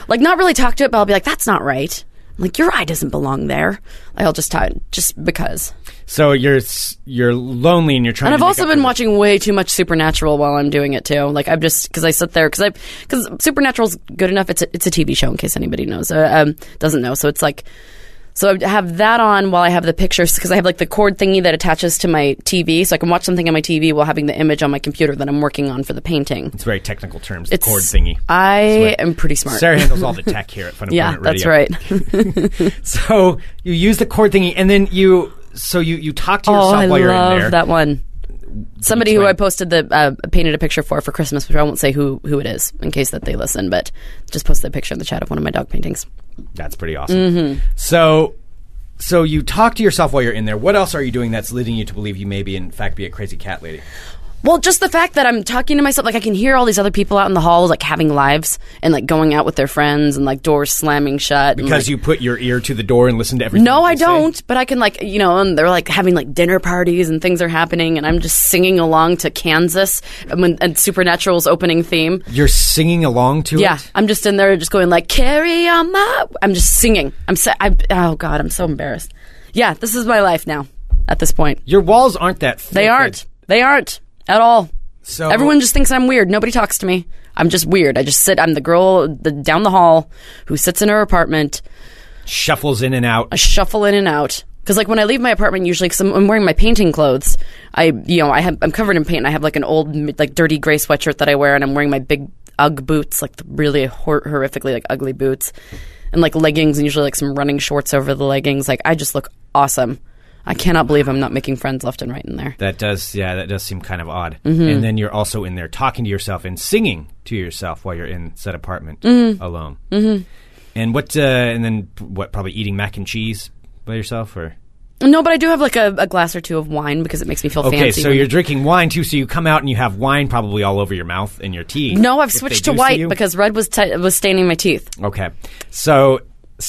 Speaker 7: Like not really talk to it, but I'll be like, "That's not right." I'm like your eye doesn't belong there. Like, I'll just talk, just because.
Speaker 6: So you're s- you're lonely and you're trying.
Speaker 7: And I've
Speaker 6: to make
Speaker 7: also
Speaker 6: up
Speaker 7: been
Speaker 6: for-
Speaker 7: watching way too much Supernatural while I'm doing it too. Like I'm just because I sit there because I because Supernatural's good enough. It's a, it's a TV show in case anybody knows uh, um, doesn't know. So it's like so I have that on while I have the pictures because I have like the cord thingy that attaches to my TV, so I can watch something on my TV while having the image on my computer that I'm working on for the painting.
Speaker 6: It's very technical terms. The
Speaker 7: It's-
Speaker 6: cord thingy.
Speaker 7: I
Speaker 6: Smart.
Speaker 7: am pretty smart.
Speaker 6: Sarah handles all the tech here
Speaker 7: [LAUGHS]
Speaker 6: at Fun
Speaker 7: yeah,
Speaker 6: Employment
Speaker 7: that's
Speaker 6: Radio.
Speaker 7: right.
Speaker 6: So you use the cord thingy, and then you so you you talk to
Speaker 7: oh,
Speaker 6: yourself
Speaker 7: I
Speaker 6: while you're in
Speaker 7: love
Speaker 6: there.
Speaker 7: that one. Somebody who
Speaker 6: explain?
Speaker 7: I posted the uh, painted a picture for for Christmas, which I won't say who who it is in case that they listen, but just posted a picture in the chat of one of my dog paintings.
Speaker 6: That's pretty awesome.
Speaker 7: Mm-hmm.
Speaker 6: So, so you talk to yourself while you're in there. What else are you doing that's leading you to believe you may be, in fact, be a crazy cat lady?
Speaker 7: Well, just the fact that I'm talking to myself, like I can hear all these other people out in the halls, like having lives and like going out with their friends and like doors slamming shut. and,
Speaker 6: Because
Speaker 7: like-
Speaker 6: you put your ear to the door and listen to everything.
Speaker 7: No,
Speaker 6: they
Speaker 7: I
Speaker 6: say?
Speaker 7: don't. But I can like you know, and they're like having like dinner parties and things are happening, and I'm just singing along to Kansas and, when, and Supernatural's opening theme.
Speaker 6: You're singing along to
Speaker 7: Yeah,
Speaker 6: it.
Speaker 7: I'm just in there, just going like "Carry on my." I'm just singing. I'm so. I, oh God, I'm so embarrassed. Yeah, this is my life now. At this point,
Speaker 6: Your walls aren't that. Thick.
Speaker 7: they aren't. They aren't at all.
Speaker 6: So
Speaker 7: Everyone just thinks I'm weird. Nobody talks to me. I'm just weird. I just sit. I'm the girl the, down the hall who sits in her apartment.
Speaker 6: shuffles in and out.
Speaker 7: I shuffle in and out. Because like when I leave my apartment, usually because I'm, I'm wearing my painting clothes, I you know I have I'm covered in paint. And I have like an old m- like dirty gray sweatshirt that I wear, and I'm wearing my big UGG boots, like the really hor- horrifically like ugly boots, and like leggings, and usually like some running shorts over the leggings. Like I just look awesome. I cannot believe I'm not making friends left and right in there.
Speaker 6: That does, yeah, that does seem kind of odd.
Speaker 7: Mm-hmm.
Speaker 6: And then you're also in there talking to yourself and singing to yourself while you're in said apartment alone. Mm-hmm. And what? Uh, and then what? Probably eating mac and cheese by yourself, or
Speaker 7: No, but I do have like a, a glass or two of wine because it makes me feel
Speaker 6: okay,
Speaker 7: fancy.
Speaker 6: so
Speaker 7: when-
Speaker 6: you're drinking wine too. So you come out and you have wine probably all over your mouth and your teeth.
Speaker 7: no, I've
Speaker 6: if they
Speaker 7: switched
Speaker 6: do
Speaker 7: to
Speaker 6: see
Speaker 7: white
Speaker 6: you.
Speaker 7: because red was t- was staining my teeth.
Speaker 6: okay, so [LAUGHS]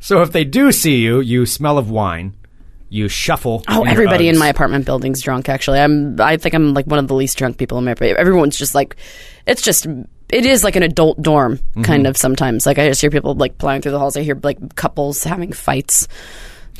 Speaker 6: so if they do see you, you smell of wine. You shuffle.
Speaker 7: Oh,
Speaker 6: your
Speaker 7: everybody in
Speaker 6: Uggs.
Speaker 7: my apartment building's drunk. Actually, I'm. I think I'm like one of the least drunk people in my apartment. Everyone's just like, it's just. It is like an adult dorm kind of sometimes. Like I just hear people like plowing through the halls. I hear like couples having fights.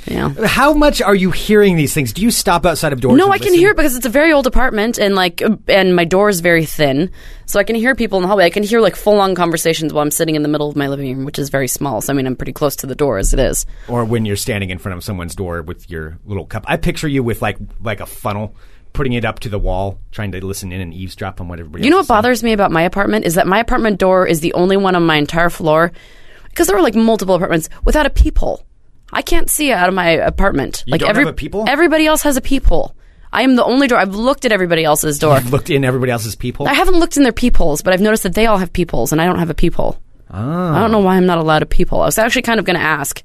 Speaker 7: Yeah.
Speaker 6: How much are you hearing these things? Do you stop outside of doors?
Speaker 7: No,
Speaker 6: and
Speaker 7: I can
Speaker 6: listen?
Speaker 7: hear it because it's a very old apartment and like and my door is very thin, so I can hear people in the hallway. I can hear like full on conversations while I'm sitting in the middle of my living room, which is very small. So I mean, I'm pretty close to the door as it is.
Speaker 6: or when you're standing in front of someone's door with your little cup. I picture you with like like a funnel, putting it up to the wall, trying to listen in and eavesdrop on what everybody.
Speaker 7: You know
Speaker 6: else is
Speaker 7: what
Speaker 6: saying.
Speaker 7: bothers me about my apartment is that my apartment door is the only one on my entire floor because there were like multiple apartments without a peephole. I can't see out of my apartment. like
Speaker 6: don't have a peephole?
Speaker 7: Everybody else has a peephole. I am the only door. I've looked at everybody else's door.
Speaker 6: You've looked in everybody else's people.
Speaker 7: I haven't looked in their peepholes, but I've noticed that they all have peepholes, and I don't have a peephole.
Speaker 6: Ah.
Speaker 7: I don't know why I'm not allowed a peephole. I was actually kind of going to ask.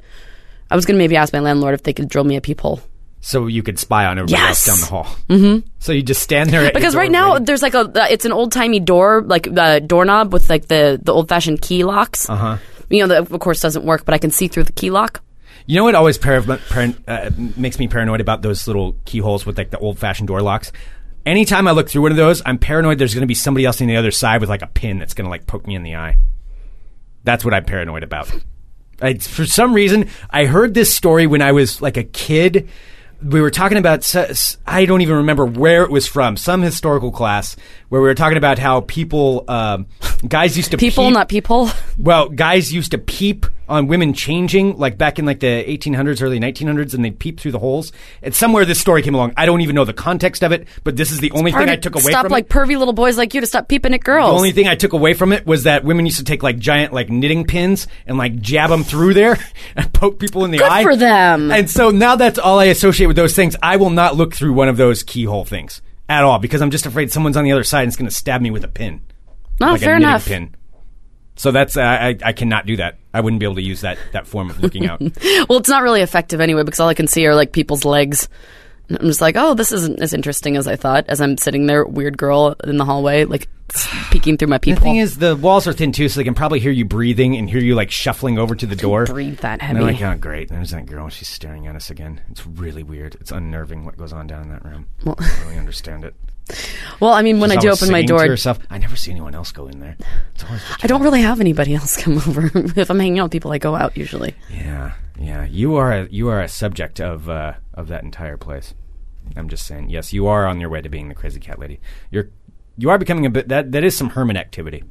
Speaker 7: I was going to maybe ask my landlord if they could drill me a peephole.
Speaker 6: so you could spy on everybody
Speaker 7: Yes!
Speaker 6: else down the hall. Mm-hmm. So you just stand there at your
Speaker 7: because
Speaker 6: door
Speaker 7: right now
Speaker 6: waiting.
Speaker 7: there's like a uh, it's an old timey door like uh, doorknob with like the the old fashioned key locks. Uh
Speaker 6: Uh-huh.
Speaker 7: huh. You know that of course doesn't work, but I can see through the key lock.
Speaker 6: you know what always para- par- uh, makes me paranoid about those little keyholes with like the old fashioned door locks. Anytime I look through one of those, I'm paranoid there's going to be somebody else on the other side with like a pin that's going to like poke me in the eye. That's what I'm paranoid about. I, for some reason, I heard this story when I was like a kid. we were talking about s- s- I don't even remember where it was from, some historical class where we were talking about how people um, guys used to
Speaker 7: People,
Speaker 6: peep-
Speaker 7: not people.
Speaker 6: well, guys used to peep on women changing, like back in like the 1800s, early 1900s, and they'd peep through the holes. And somewhere this story came along. I don't even know the context of it, but this is the only thing I took away
Speaker 7: stop
Speaker 6: from
Speaker 7: like
Speaker 6: it.
Speaker 7: pervy little boys like you to stop peeping at girls.
Speaker 6: The only thing I took away from it was that women used to take like giant like knitting pins and like jab them through there [LAUGHS] and poke people in the
Speaker 7: Good
Speaker 6: eye
Speaker 7: for them.
Speaker 6: And so now that's all I associate with those things. I will not look through one of those keyhole things at all because I'm just afraid someone's on the other side and it's going to stab me with a pin,
Speaker 7: not
Speaker 6: like
Speaker 7: Oh, fair
Speaker 6: a knitting
Speaker 7: enough.
Speaker 6: pin. So that's uh, I I cannot do that. I wouldn't be able to use that that form of looking
Speaker 7: [LAUGHS]
Speaker 6: out.
Speaker 7: Well, it's not really effective anyway because all I can see are like people's legs. And I'm just like, oh, this isn't as interesting as I thought. As I'm sitting there, weird girl in the hallway, like [SIGHS] peeking through my
Speaker 6: The
Speaker 7: people.
Speaker 6: thing is, the walls are thin too, so they can probably hear you breathing and hear you like shuffling over to the door.
Speaker 7: breathe that
Speaker 6: And they're
Speaker 7: heavy.
Speaker 6: like, oh, great. There's that girl. She's staring at us again. It's really weird. It's unnerving what goes on down in that room. I don't really understand it.
Speaker 7: well, I mean, [LAUGHS] when I
Speaker 6: She's
Speaker 7: do
Speaker 6: always
Speaker 7: open my
Speaker 6: singing to
Speaker 7: door,
Speaker 6: herself. I never see anyone else go in there. It's
Speaker 7: [GASPS]
Speaker 6: always the
Speaker 7: I don't really have anybody else [LAUGHS] come over. if I'm hanging out with people, I go out usually.
Speaker 6: Yeah, yeah. You are a, you are a subject of uh, of that entire place. I'm just saying. Yes, you are on your way to being the crazy cat lady. You're you are becoming a bit that that is some hermit activity.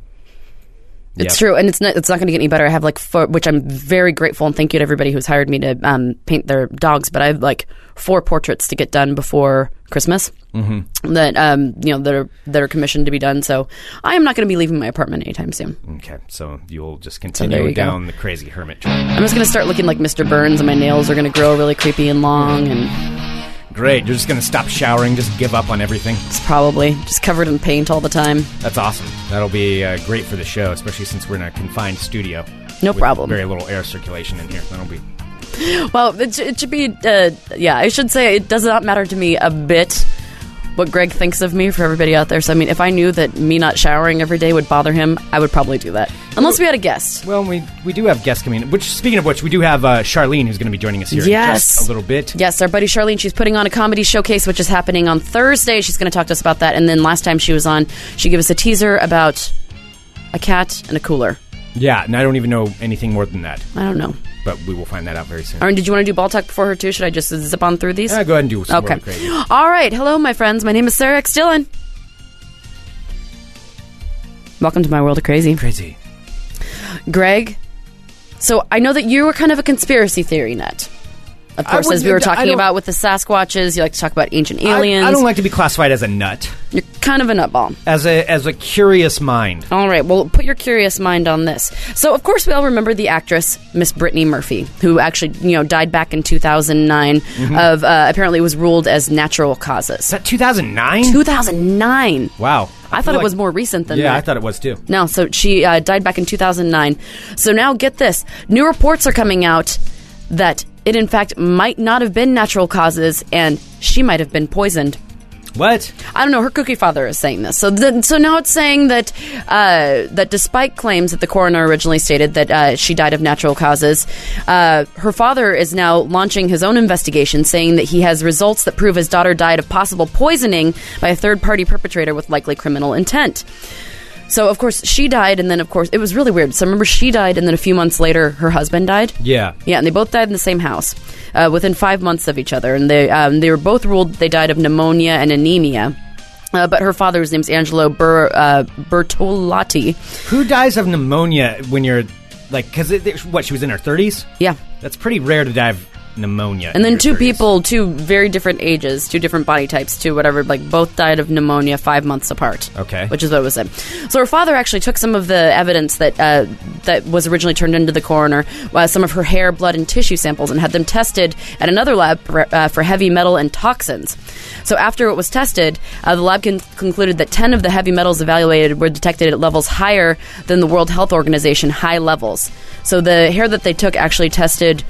Speaker 7: It's
Speaker 6: Yeah.
Speaker 7: true, and it's not it's not going to get any better. I have like four, which I'm very grateful and thank you to everybody who's hired me to um, paint their dogs. But I have like four portraits to get done before Christmas that um, you know that are that are commissioned to be done. So I am not going to be leaving my apartment anytime soon.
Speaker 6: Okay, so you'll just
Speaker 7: there
Speaker 6: continue
Speaker 7: you go.
Speaker 6: down the crazy hermit trail.
Speaker 7: I'm just going to start looking like Mr. Burns, and my nails are going to grow really creepy and long, and
Speaker 6: Great. You're just gonna stop showering. Just give up on everything.
Speaker 7: it's probably just covered in paint all the time.
Speaker 6: That's awesome. That'll be uh, great for the show, especially since we're in a confined studio.
Speaker 7: No
Speaker 6: with
Speaker 7: problem.
Speaker 6: Very little air circulation in here. That'll be
Speaker 7: Well, it, sh- it should be. Uh, yeah, I should say it does not matter to me a bit what Greg thinks of me for everybody out there. So, I mean, if I knew that me not showering every day would bother him, I would probably do that. Unless we had a guest.
Speaker 6: Well, we we do have guests coming in. Which, speaking of which, we do have uh, Charlene who's going to be joining us here in
Speaker 7: Yes.
Speaker 6: just a little bit.
Speaker 7: Yes, our buddy Charlene, she's putting on a comedy showcase, which is happening on Thursday. She's going to talk to us about that. And then last time she was on, she gave us a teaser about a cat and a cooler.
Speaker 6: Yeah, and I don't even know anything more than that,
Speaker 7: I don't know.
Speaker 6: but we will find that out very soon.
Speaker 7: Aaron, did you want to do ball talk before her, too? Should I just zip on through these?
Speaker 6: Yeah, go ahead and do some
Speaker 7: Okay.
Speaker 6: more crazy.
Speaker 7: All right. Hello, my friends. My name is Sarah X. Dillon. Welcome to my world of crazy.
Speaker 6: Crazy.
Speaker 7: Greg, so I know that you were kind of a conspiracy theory nut. Of
Speaker 6: I
Speaker 7: course, as
Speaker 6: wouldn't-
Speaker 7: we were
Speaker 6: I
Speaker 7: talking
Speaker 6: don't-
Speaker 7: about with the Sasquatches, you like to talk about ancient aliens.
Speaker 6: I, I don't like to be classified as a nut,
Speaker 7: You're kind of a nutball.
Speaker 6: as a as a curious mind.
Speaker 7: All right, well, put your curious mind on this. So, of course, we all remember the actress Miss Brittany Murphy, who actually, you know, died back in 2009
Speaker 6: Mm-hmm.
Speaker 7: of uh, apparently was ruled as natural
Speaker 6: Is
Speaker 7: causes.
Speaker 6: that 2009?
Speaker 7: 2009.
Speaker 6: wow.
Speaker 7: I
Speaker 6: feel
Speaker 7: thought it
Speaker 6: like-
Speaker 7: was more recent than
Speaker 6: Yeah,
Speaker 7: that.
Speaker 6: I thought it was too.
Speaker 7: No, so she uh, died back in 2009. So now get this. New reports are coming out that it, in fact, might not have been natural causes and she might have been poisoned.
Speaker 6: What?
Speaker 7: I don't know. Her cookie father is saying this. So, th- so now it's saying that uh, that despite claims that the coroner originally stated that uh, she died of natural causes, uh, her father is now launching his own investigation, saying that he has results that prove his daughter died of possible poisoning by a third party perpetrator with likely criminal intent. So, of course, she died, and then, of course, it was really weird. So, remember, she died, and then a few months later, her husband died.
Speaker 6: Yeah.
Speaker 7: Yeah, and they both died in the same house uh, within five months of each other, and they um, they were both ruled they died of pneumonia and anemia. Uh, but her father's name's Angelo Bur- uh, Bertolotti.
Speaker 6: Who dies of pneumonia when you're like because what she was in her 30s?
Speaker 7: Yeah.
Speaker 6: That's pretty rare to die of pneumonia. in
Speaker 7: And then
Speaker 6: your
Speaker 7: two
Speaker 6: 30s.
Speaker 7: people, two very different ages, two different body types, two whatever, like both died of pneumonia five months apart.
Speaker 6: Okay.
Speaker 7: Which is what it was said. So her father actually took some of the evidence that uh, that was originally turned into the coroner, uh, some of her hair, blood, and tissue samples, and had them tested at another lab for, uh, for heavy metal and toxins. So after it was tested, uh, the lab con- concluded that 10 of the heavy metals evaluated were detected at levels higher than the World Health Organization high levels. So the hair that they took actually tested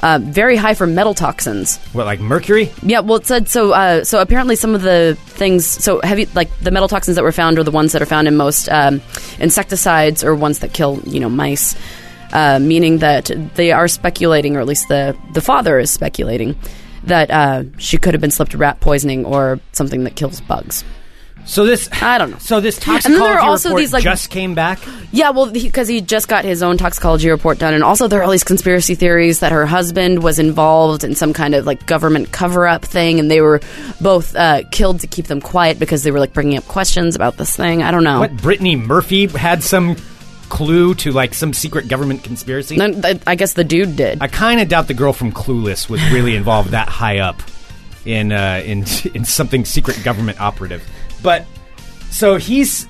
Speaker 7: uh, very high for metal toxins.
Speaker 6: What like mercury?
Speaker 7: Yeah, well, it said so. Uh, so apparently, some of the things, so heavy, like the metal toxins that were found, are the ones that are found in most um, insecticides or ones that kill, you know, mice. Uh, meaning that they are speculating, or at least the the father is speculating, that uh, she could have been slipped rat poisoning or something that kills bugs.
Speaker 6: So this,
Speaker 7: I don't know.
Speaker 6: So this
Speaker 7: And then
Speaker 6: toxicology
Speaker 7: there are also
Speaker 6: report
Speaker 7: these, like-
Speaker 6: just came back.
Speaker 7: Yeah, well, because he, just got his own toxicology report done, and also there are all these conspiracy theories that her husband was involved in some kind of like government cover-up thing, and they were both uh, killed to keep them quiet because they were like bringing up questions about this thing. I don't know.
Speaker 6: What Brittany Murphy had some clue to like some secret government conspiracy.
Speaker 7: No, th- I guess the dude did.
Speaker 6: I kind of doubt the girl from Clueless was
Speaker 7: [LAUGHS]
Speaker 6: really involved that high up in uh, in [LAUGHS] in something secret government operative. But so he's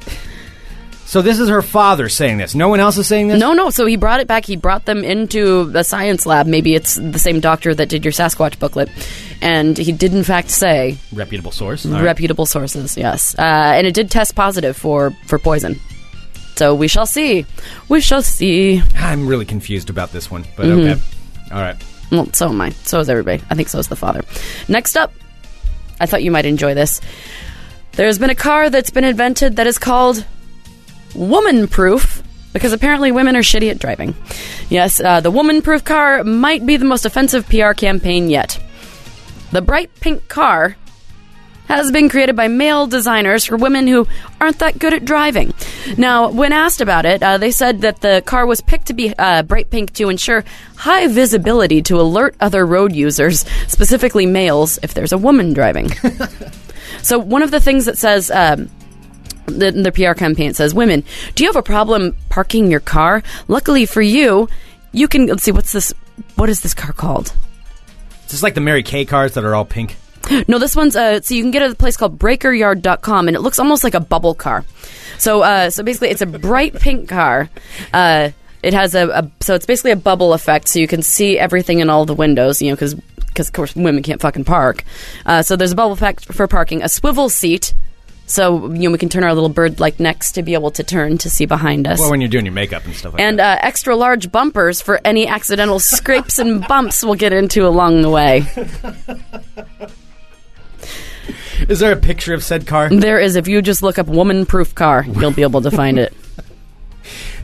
Speaker 6: so this is her father saying this. No one else is saying this.
Speaker 7: no, no. So he brought it back. He brought them into a science lab. Maybe it's the same doctor that did your Sasquatch booklet, and he did in fact say
Speaker 6: reputable source. All right.
Speaker 7: reputable sources. Yes, uh, and it did test positive for for poison. So we shall see. We shall see.
Speaker 6: I'm really confused about this one, but
Speaker 7: Mm-hmm.
Speaker 6: okay. All right.
Speaker 7: Well, so am I. So is everybody. I think so is the father. Next up, I thought you might enjoy this. There's been a car that's been invented that is called woman proof because apparently women are shitty at driving. Yes, uh, the woman proof car might be the most offensive PR campaign yet. The bright pink car has been created by male designers for women who aren't that good at driving. Now, when asked about it, uh, they said that the car was picked to be uh, bright pink to ensure high visibility to alert other road users, specifically males, if there's a woman driving. so, one of the things that says. Um, the, the PR campaign says, "Women, do you have a problem parking your car? Luckily for you, you can let's see what's this. What is this car called?
Speaker 6: It's just like the Mary Kay cars that are all pink.
Speaker 7: No, this one's uh, so you can get it at a place called BreakerYard.com, and it looks almost like a bubble car. So, uh, so basically, it's a bright pink car. Uh, it has a, a so it's basically a bubble effect, so you can see everything in all the windows. You know, because of course women can't fucking park. Uh, so there's a bubble effect for parking, a swivel seat. So you know we can turn our little bird-like necks to be able to turn to see behind us
Speaker 6: Well, when you're doing your makeup and stuff like
Speaker 7: and
Speaker 6: that.
Speaker 7: uh, extra large bumpers for any accidental scrapes and bumps we'll get into along the way.
Speaker 6: is there a picture of said car?
Speaker 7: There is, if you just look up woman proof car, you'll be able to
Speaker 6: [LAUGHS]
Speaker 7: find it.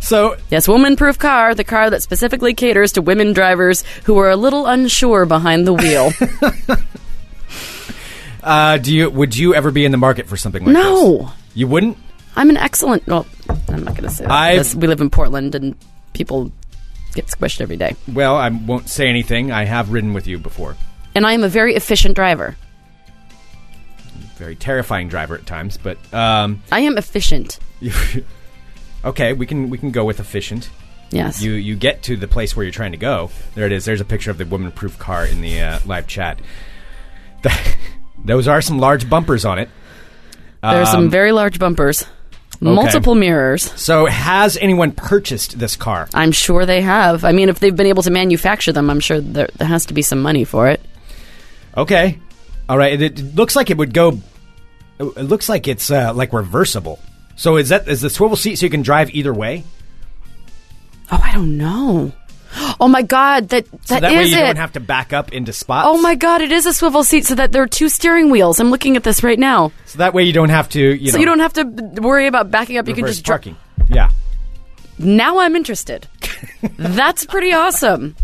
Speaker 6: So
Speaker 7: Yes, woman proof car, the car that specifically caters to women drivers who are a little unsure behind the
Speaker 6: [LAUGHS]
Speaker 7: wheel.
Speaker 6: Uh, do you would you ever be in the market for something like this?
Speaker 7: no,
Speaker 6: You wouldn't?
Speaker 7: I'm an excellent. Well, I'm not going to say that.
Speaker 6: I've-
Speaker 7: because we live in Portland and people get squished every day.
Speaker 6: Well, I won't say anything. I have ridden with you before.
Speaker 7: And I am a very efficient driver.
Speaker 6: Very terrifying driver at times, but um, [LAUGHS]
Speaker 7: I am efficient.
Speaker 6: okay, we can we can go with efficient.
Speaker 7: Yes.
Speaker 6: You you get to the place where you're trying to go. There it is. There's a picture of the woman-proof car in the uh, live chat. [LAUGHS] That- Those are some large bumpers on it.
Speaker 7: there are some
Speaker 6: Um,
Speaker 7: very large bumpers, multiple mirrors.
Speaker 6: So, has anyone purchased this car?
Speaker 7: I'm sure they have. I mean, if they've been able to manufacture them, I'm sure there, there has to be some money for it.
Speaker 6: Okay, all right. It, it looks like it would go. It it looks like it's uh, like reversible. So, is that is the swivel seat so you can drive either way?
Speaker 7: Oh, I don't know. Oh my god, that that is
Speaker 6: So that way you
Speaker 7: it.
Speaker 6: don't have to back up into spots.
Speaker 7: oh my god, it is a swivel seat so that there are two steering wheels. I'm looking at this right now.
Speaker 6: So that way you don't have to. You
Speaker 7: so
Speaker 6: know,
Speaker 7: you don't have to b- worry about backing up. You can
Speaker 6: reverse
Speaker 7: just dri-
Speaker 6: parking. yeah.
Speaker 7: Now I'm interested. That's pretty awesome.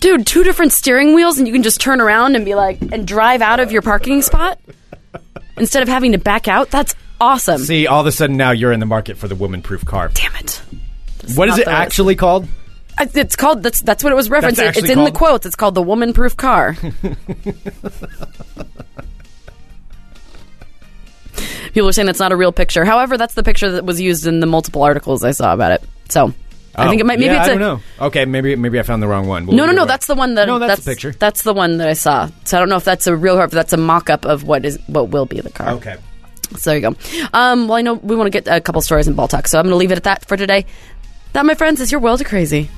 Speaker 7: Dude, two different steering wheels and you can just turn around and be like and drive out of your parking spot instead of having to back out. That's awesome.
Speaker 6: See, all of a sudden now you're in the market for the woman-proof car.
Speaker 7: Damn it.
Speaker 6: what is
Speaker 7: not
Speaker 6: it
Speaker 7: the-
Speaker 6: actually called?
Speaker 7: I- It's called that's that's what it was referenced. It's
Speaker 6: actually
Speaker 7: in the
Speaker 6: called-
Speaker 7: quotes. It's called the woman proof
Speaker 6: [LAUGHS]
Speaker 7: car. People are saying it's not a real picture. However, that's the picture that was used in the multiple articles I saw about it. So I
Speaker 6: Oh,
Speaker 7: think it might maybe
Speaker 6: yeah,
Speaker 7: it's
Speaker 6: I
Speaker 7: a
Speaker 6: don't know. Okay, maybe maybe I found the wrong one. We'll-
Speaker 7: no no no
Speaker 6: we'll-
Speaker 7: that's the one that
Speaker 6: No, that's the picture.
Speaker 7: that's the one that I saw. So I don't know if that's a real or if that's a mock up of what is what will be the car.
Speaker 6: Okay.
Speaker 7: So there you go. Um, well, I know we want to get a couple stories in ball talk, so I'm going to leave it at that for today. That, my friends, is your world of crazy.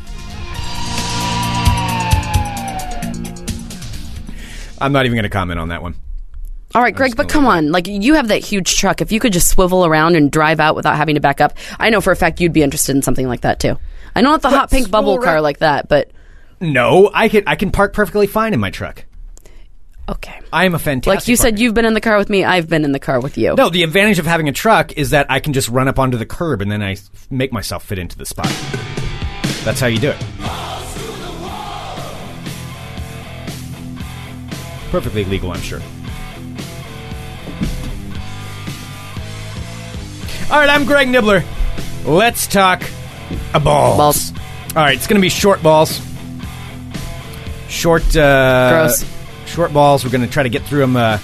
Speaker 6: I'm not even going to comment on that one.
Speaker 7: All right, Greg, but
Speaker 6: gonna
Speaker 7: come
Speaker 6: leave
Speaker 7: on. Like, you have that huge truck. If you could just swivel around and drive out without having to back up, I know for a fact you'd be interested in something like that, too. I know not the hot pink
Speaker 6: swivel
Speaker 7: bubble car
Speaker 6: around-
Speaker 7: like that, but
Speaker 6: No, I can I can park perfectly fine in my truck.
Speaker 7: okay.
Speaker 6: I am a fantastic.
Speaker 7: Like you said,
Speaker 6: parker.
Speaker 7: you've been in the car with me. I've been in the car with you.
Speaker 6: No, the advantage of having a truck is that I can just run up onto the curb and then I s- make myself fit into the spot. That's how you do it. Perfectly legal, I'm sure. All right, I'm Greg Nibbler. Let's talk a balls.
Speaker 7: Balls.
Speaker 6: All right, it's going to be short balls. Short. Uh,
Speaker 7: Gross.
Speaker 6: Short balls. We're going to try to get through them. Uh,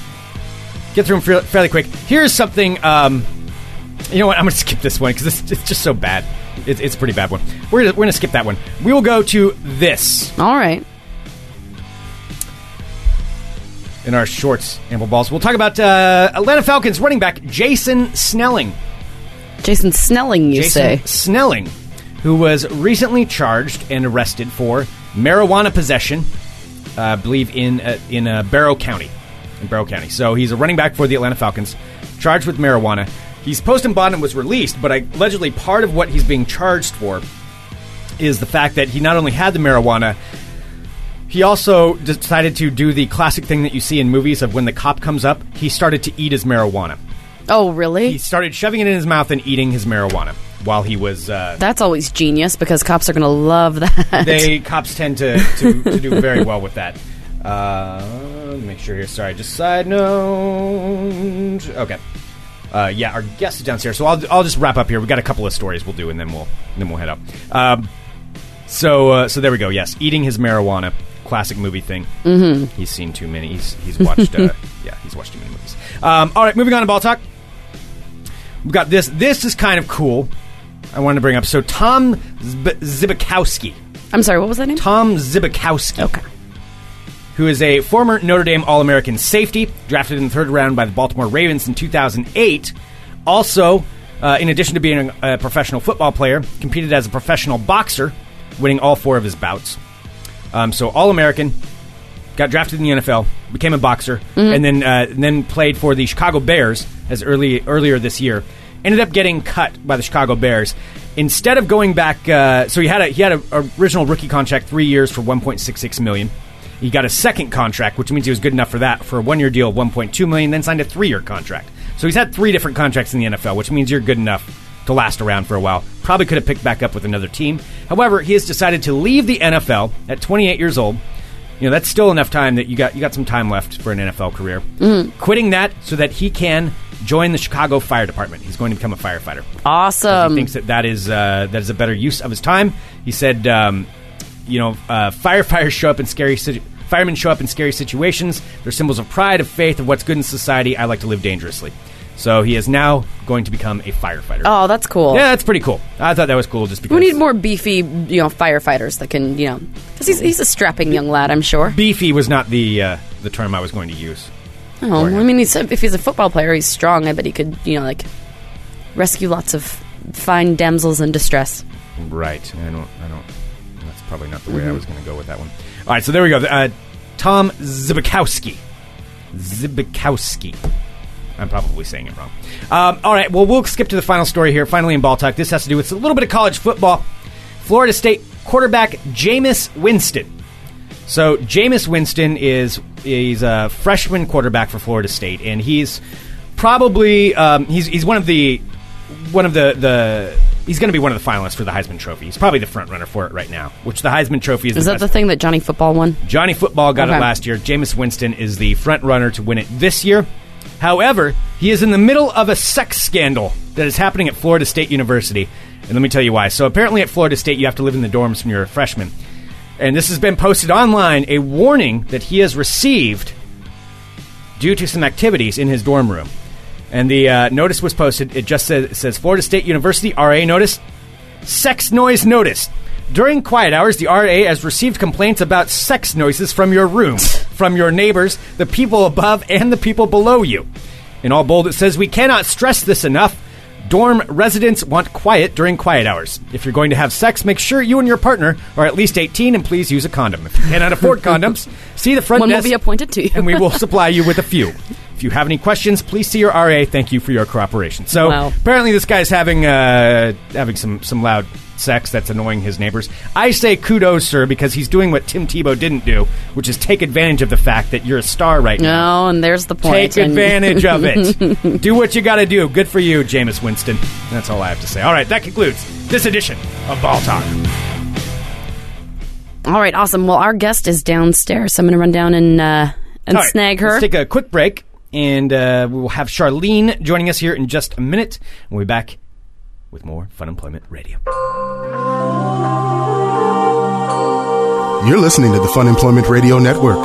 Speaker 6: get through them fairly quick. Here's something. Um, you know what? I'm going to skip this one because it's, it's just so bad. It's it's a pretty bad one. We're gonna, we're going to skip that one. We will go to this
Speaker 7: All right.
Speaker 6: in our shorts ample balls. We'll talk about uh, Atlanta Falcons running back Jason Snelling.
Speaker 7: Jason Snelling, you
Speaker 6: Jason
Speaker 7: say?
Speaker 6: Snelling, who was recently charged and arrested for marijuana possession, uh, I believe in uh, in uh, Barrow County, in Barrow County. So he's a running back for the Atlanta Falcons, charged with marijuana. He's post and bond and was released, but allegedly part of what he's being charged for is the fact that he not only had the marijuana, he also decided to do the classic thing that you see in movies of when the cop comes up, he started to eat his marijuana.
Speaker 7: Oh, really?
Speaker 6: He started shoving it in his mouth and eating his marijuana while he was uh,
Speaker 7: That's always genius because cops are going to love that. [LAUGHS]
Speaker 6: they cops tend to, to, to do very well with that. Uh, let me make sure here. Sorry, just side note. Okay. Uh, yeah, our guest is downstairs, so I'll, I'll just wrap up here. We got a couple of stories we'll do, and then we'll then we'll head up. Um, so uh, so there we go. Yes, eating his marijuana, classic movie thing. Mm-hmm. He's seen too many. He's he's watched. Uh, yeah, he's watched too many movies. Um, all right, moving on to ball talk. We've got this. This is kind of cool. I wanted to bring up. So Tom Zb- Zibikowski.
Speaker 7: I'm sorry, what was that name?
Speaker 6: Tom Zibikowski,
Speaker 7: Okay.
Speaker 6: who is a former Notre Dame All American safety, drafted in the third round by the Baltimore Ravens in 2008. Also, uh, in addition to being a professional football player, competed as a professional boxer, winning all four of his bouts. Um, so, All American, got drafted in the NFL, became a boxer, and then uh, and then played for the Chicago Bears as early earlier this year. Ended up getting cut by the Chicago Bears. Instead of going back, uh, so he had a he had an original rookie contract, three years for one point six six million. He got a second contract, which means he was good enough for that for a one year deal of one point two million. Then signed a three year contract. So he's had three different contracts in the NFL, which means you're good enough to last around for a while. Probably could have picked back up with another team. However, he has decided to leave the NFL at 28 years old you know that's still enough time that you got you got some time left for an NFL career.
Speaker 7: Mm.
Speaker 6: Quitting that so that he can join the Chicago Fire Department. He's going to become a firefighter.
Speaker 7: Awesome.
Speaker 6: he thinks that that is uh, that is a better use of his time. He said, um, you know, uh, firefighters show up in scary situ- firemen show up in scary situations. They're symbols of pride, of faith, of what's good in society. I like to live dangerously. So he is now going to become a firefighter.
Speaker 7: oh, that's cool.
Speaker 6: Yeah, that's pretty cool. I thought that was cool just because
Speaker 7: We need more beefy, you know, firefighters that can, you know, because he's, he's a strapping young lad, I'm sure.
Speaker 6: beefy was not the uh, the term I was going to use.
Speaker 7: Oh, I mean, he's, if he's a football player, he's strong. I bet he could, you know, like rescue lots of fine damsels in distress.
Speaker 6: Right. I don't. I don't. That's probably not the way I was going to go with that one. All right. So there we go. Uh, Tom Zibikowski. Zibikowski. I'm probably saying it wrong. Um, all right. Well, we'll skip to the final story here. Finally, in ball talk, this has to do with a little bit of college football. Florida State quarterback Jameis Winston. So Jameis Winston is he's a freshman quarterback for Florida State, and he's probably um, he's he's one of the one of the the he's going to be one of the finalists for the Heisman Trophy. He's probably the front runner for it right now. Which the Heisman Trophy is,
Speaker 7: Is
Speaker 6: the
Speaker 7: that
Speaker 6: best-
Speaker 7: the thing that Johnny Football won?
Speaker 6: Johnny Football got it
Speaker 7: Okay.
Speaker 6: last year. Jameis Winston is the front runner to win it this year. However, he is in the middle of a sex scandal that is happening at Florida State University. And let me tell you why. So, apparently, at Florida State, you have to live in the dorms when you're a freshman. And this has been posted online a warning that he has received due to some activities in his dorm room. And the uh, notice was posted. It just says, it says Florida State University RA notice sex noise notice. During quiet hours, the RA has received complaints about sex noises from your
Speaker 7: [LAUGHS]
Speaker 6: room, from your neighbors, the people above, and the people below you. In all bold, it says, We cannot stress this enough. Dorm residents want quiet during quiet hours. If you're going to have sex, make sure you and your partner are at least 18 and please use a condom. If you cannot
Speaker 7: [LAUGHS]
Speaker 6: afford condoms, see the front
Speaker 7: One will
Speaker 6: desk
Speaker 7: be appointed [LAUGHS] to you.
Speaker 6: and we will supply you with a few. If you have any questions, please see your RA. Thank you for your cooperation. So
Speaker 7: Wow.
Speaker 6: apparently, this guy's having uh, having some some loud sex that's annoying his neighbors. I say kudos, sir, because he's doing what Tim Tebow didn't do, which is take advantage of the fact that you're a star right now.
Speaker 7: No, and there's the point.
Speaker 6: Take advantage of it. Do what you got to do. Good for you, Jameis Winston. That's all I have to say. All right, that concludes this edition of Ball Talk.
Speaker 7: All right, awesome. Well, our guest is downstairs, so I'm going to run down and uh, and
Speaker 6: All right,
Speaker 7: snag her.
Speaker 6: Let's take a quick break. And uh, we will have Charlene joining us here in just a minute. We'll be back with more Fun Employment Radio.
Speaker 1: You're listening to the Fun Employment Radio Network.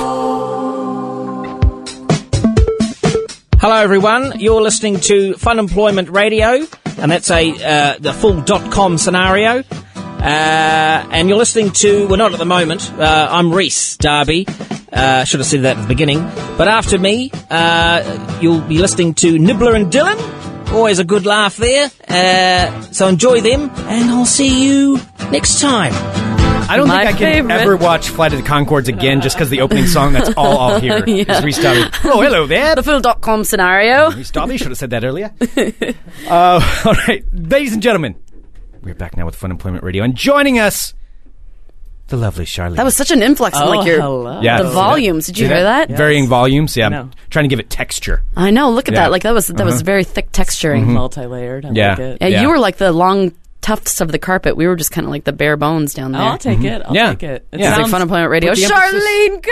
Speaker 5: Hello, everyone. You're listening to Fun Employment Radio, and that's a uh, the full dot com scenario. Uh, and you're listening to well, not at the moment. Uh, I'm Reese Darby. Uh, should have said that at the beginning. But after me, uh, you'll be listening to Nibbler and Dylan. Always a good laugh there. Uh, so enjoy them, and I'll see you next time.
Speaker 6: I don't
Speaker 7: My
Speaker 6: think I can
Speaker 7: favorite.
Speaker 6: ever watch Flight of the Concords again just because the opening song, that's all I'll
Speaker 7: [LAUGHS]
Speaker 6: hear, is Reese Darby. Oh, hello there.
Speaker 7: The full dot com scenario.
Speaker 6: Reese Darby should have said that earlier. [LAUGHS] uh, all right, ladies and gentlemen, we're back now with Fun Employment Radio, and joining us, the lovely Charlene.
Speaker 7: That was such an influx on like your
Speaker 6: Yeah.
Speaker 7: the volumes. Did you hear that?
Speaker 6: Varying volumes, yeah.
Speaker 8: No.
Speaker 6: Trying to give it texture.
Speaker 7: I know. Look at
Speaker 6: Yeah.
Speaker 7: that. Like that was that was very thick texturing.
Speaker 8: multi-layered. I
Speaker 6: Yeah.
Speaker 8: like it.
Speaker 7: Yeah,
Speaker 6: Yeah.
Speaker 7: you were like the long tufts of the carpet. We were just kind of like the bare bones down there.
Speaker 8: Oh, I'll take it. I'll
Speaker 6: Yeah.
Speaker 8: take it. It
Speaker 6: Yeah. It's
Speaker 7: Like
Speaker 8: sounds
Speaker 7: Fun Employment Radio.
Speaker 6: With the emphasis
Speaker 7: Charlene
Speaker 6: On you,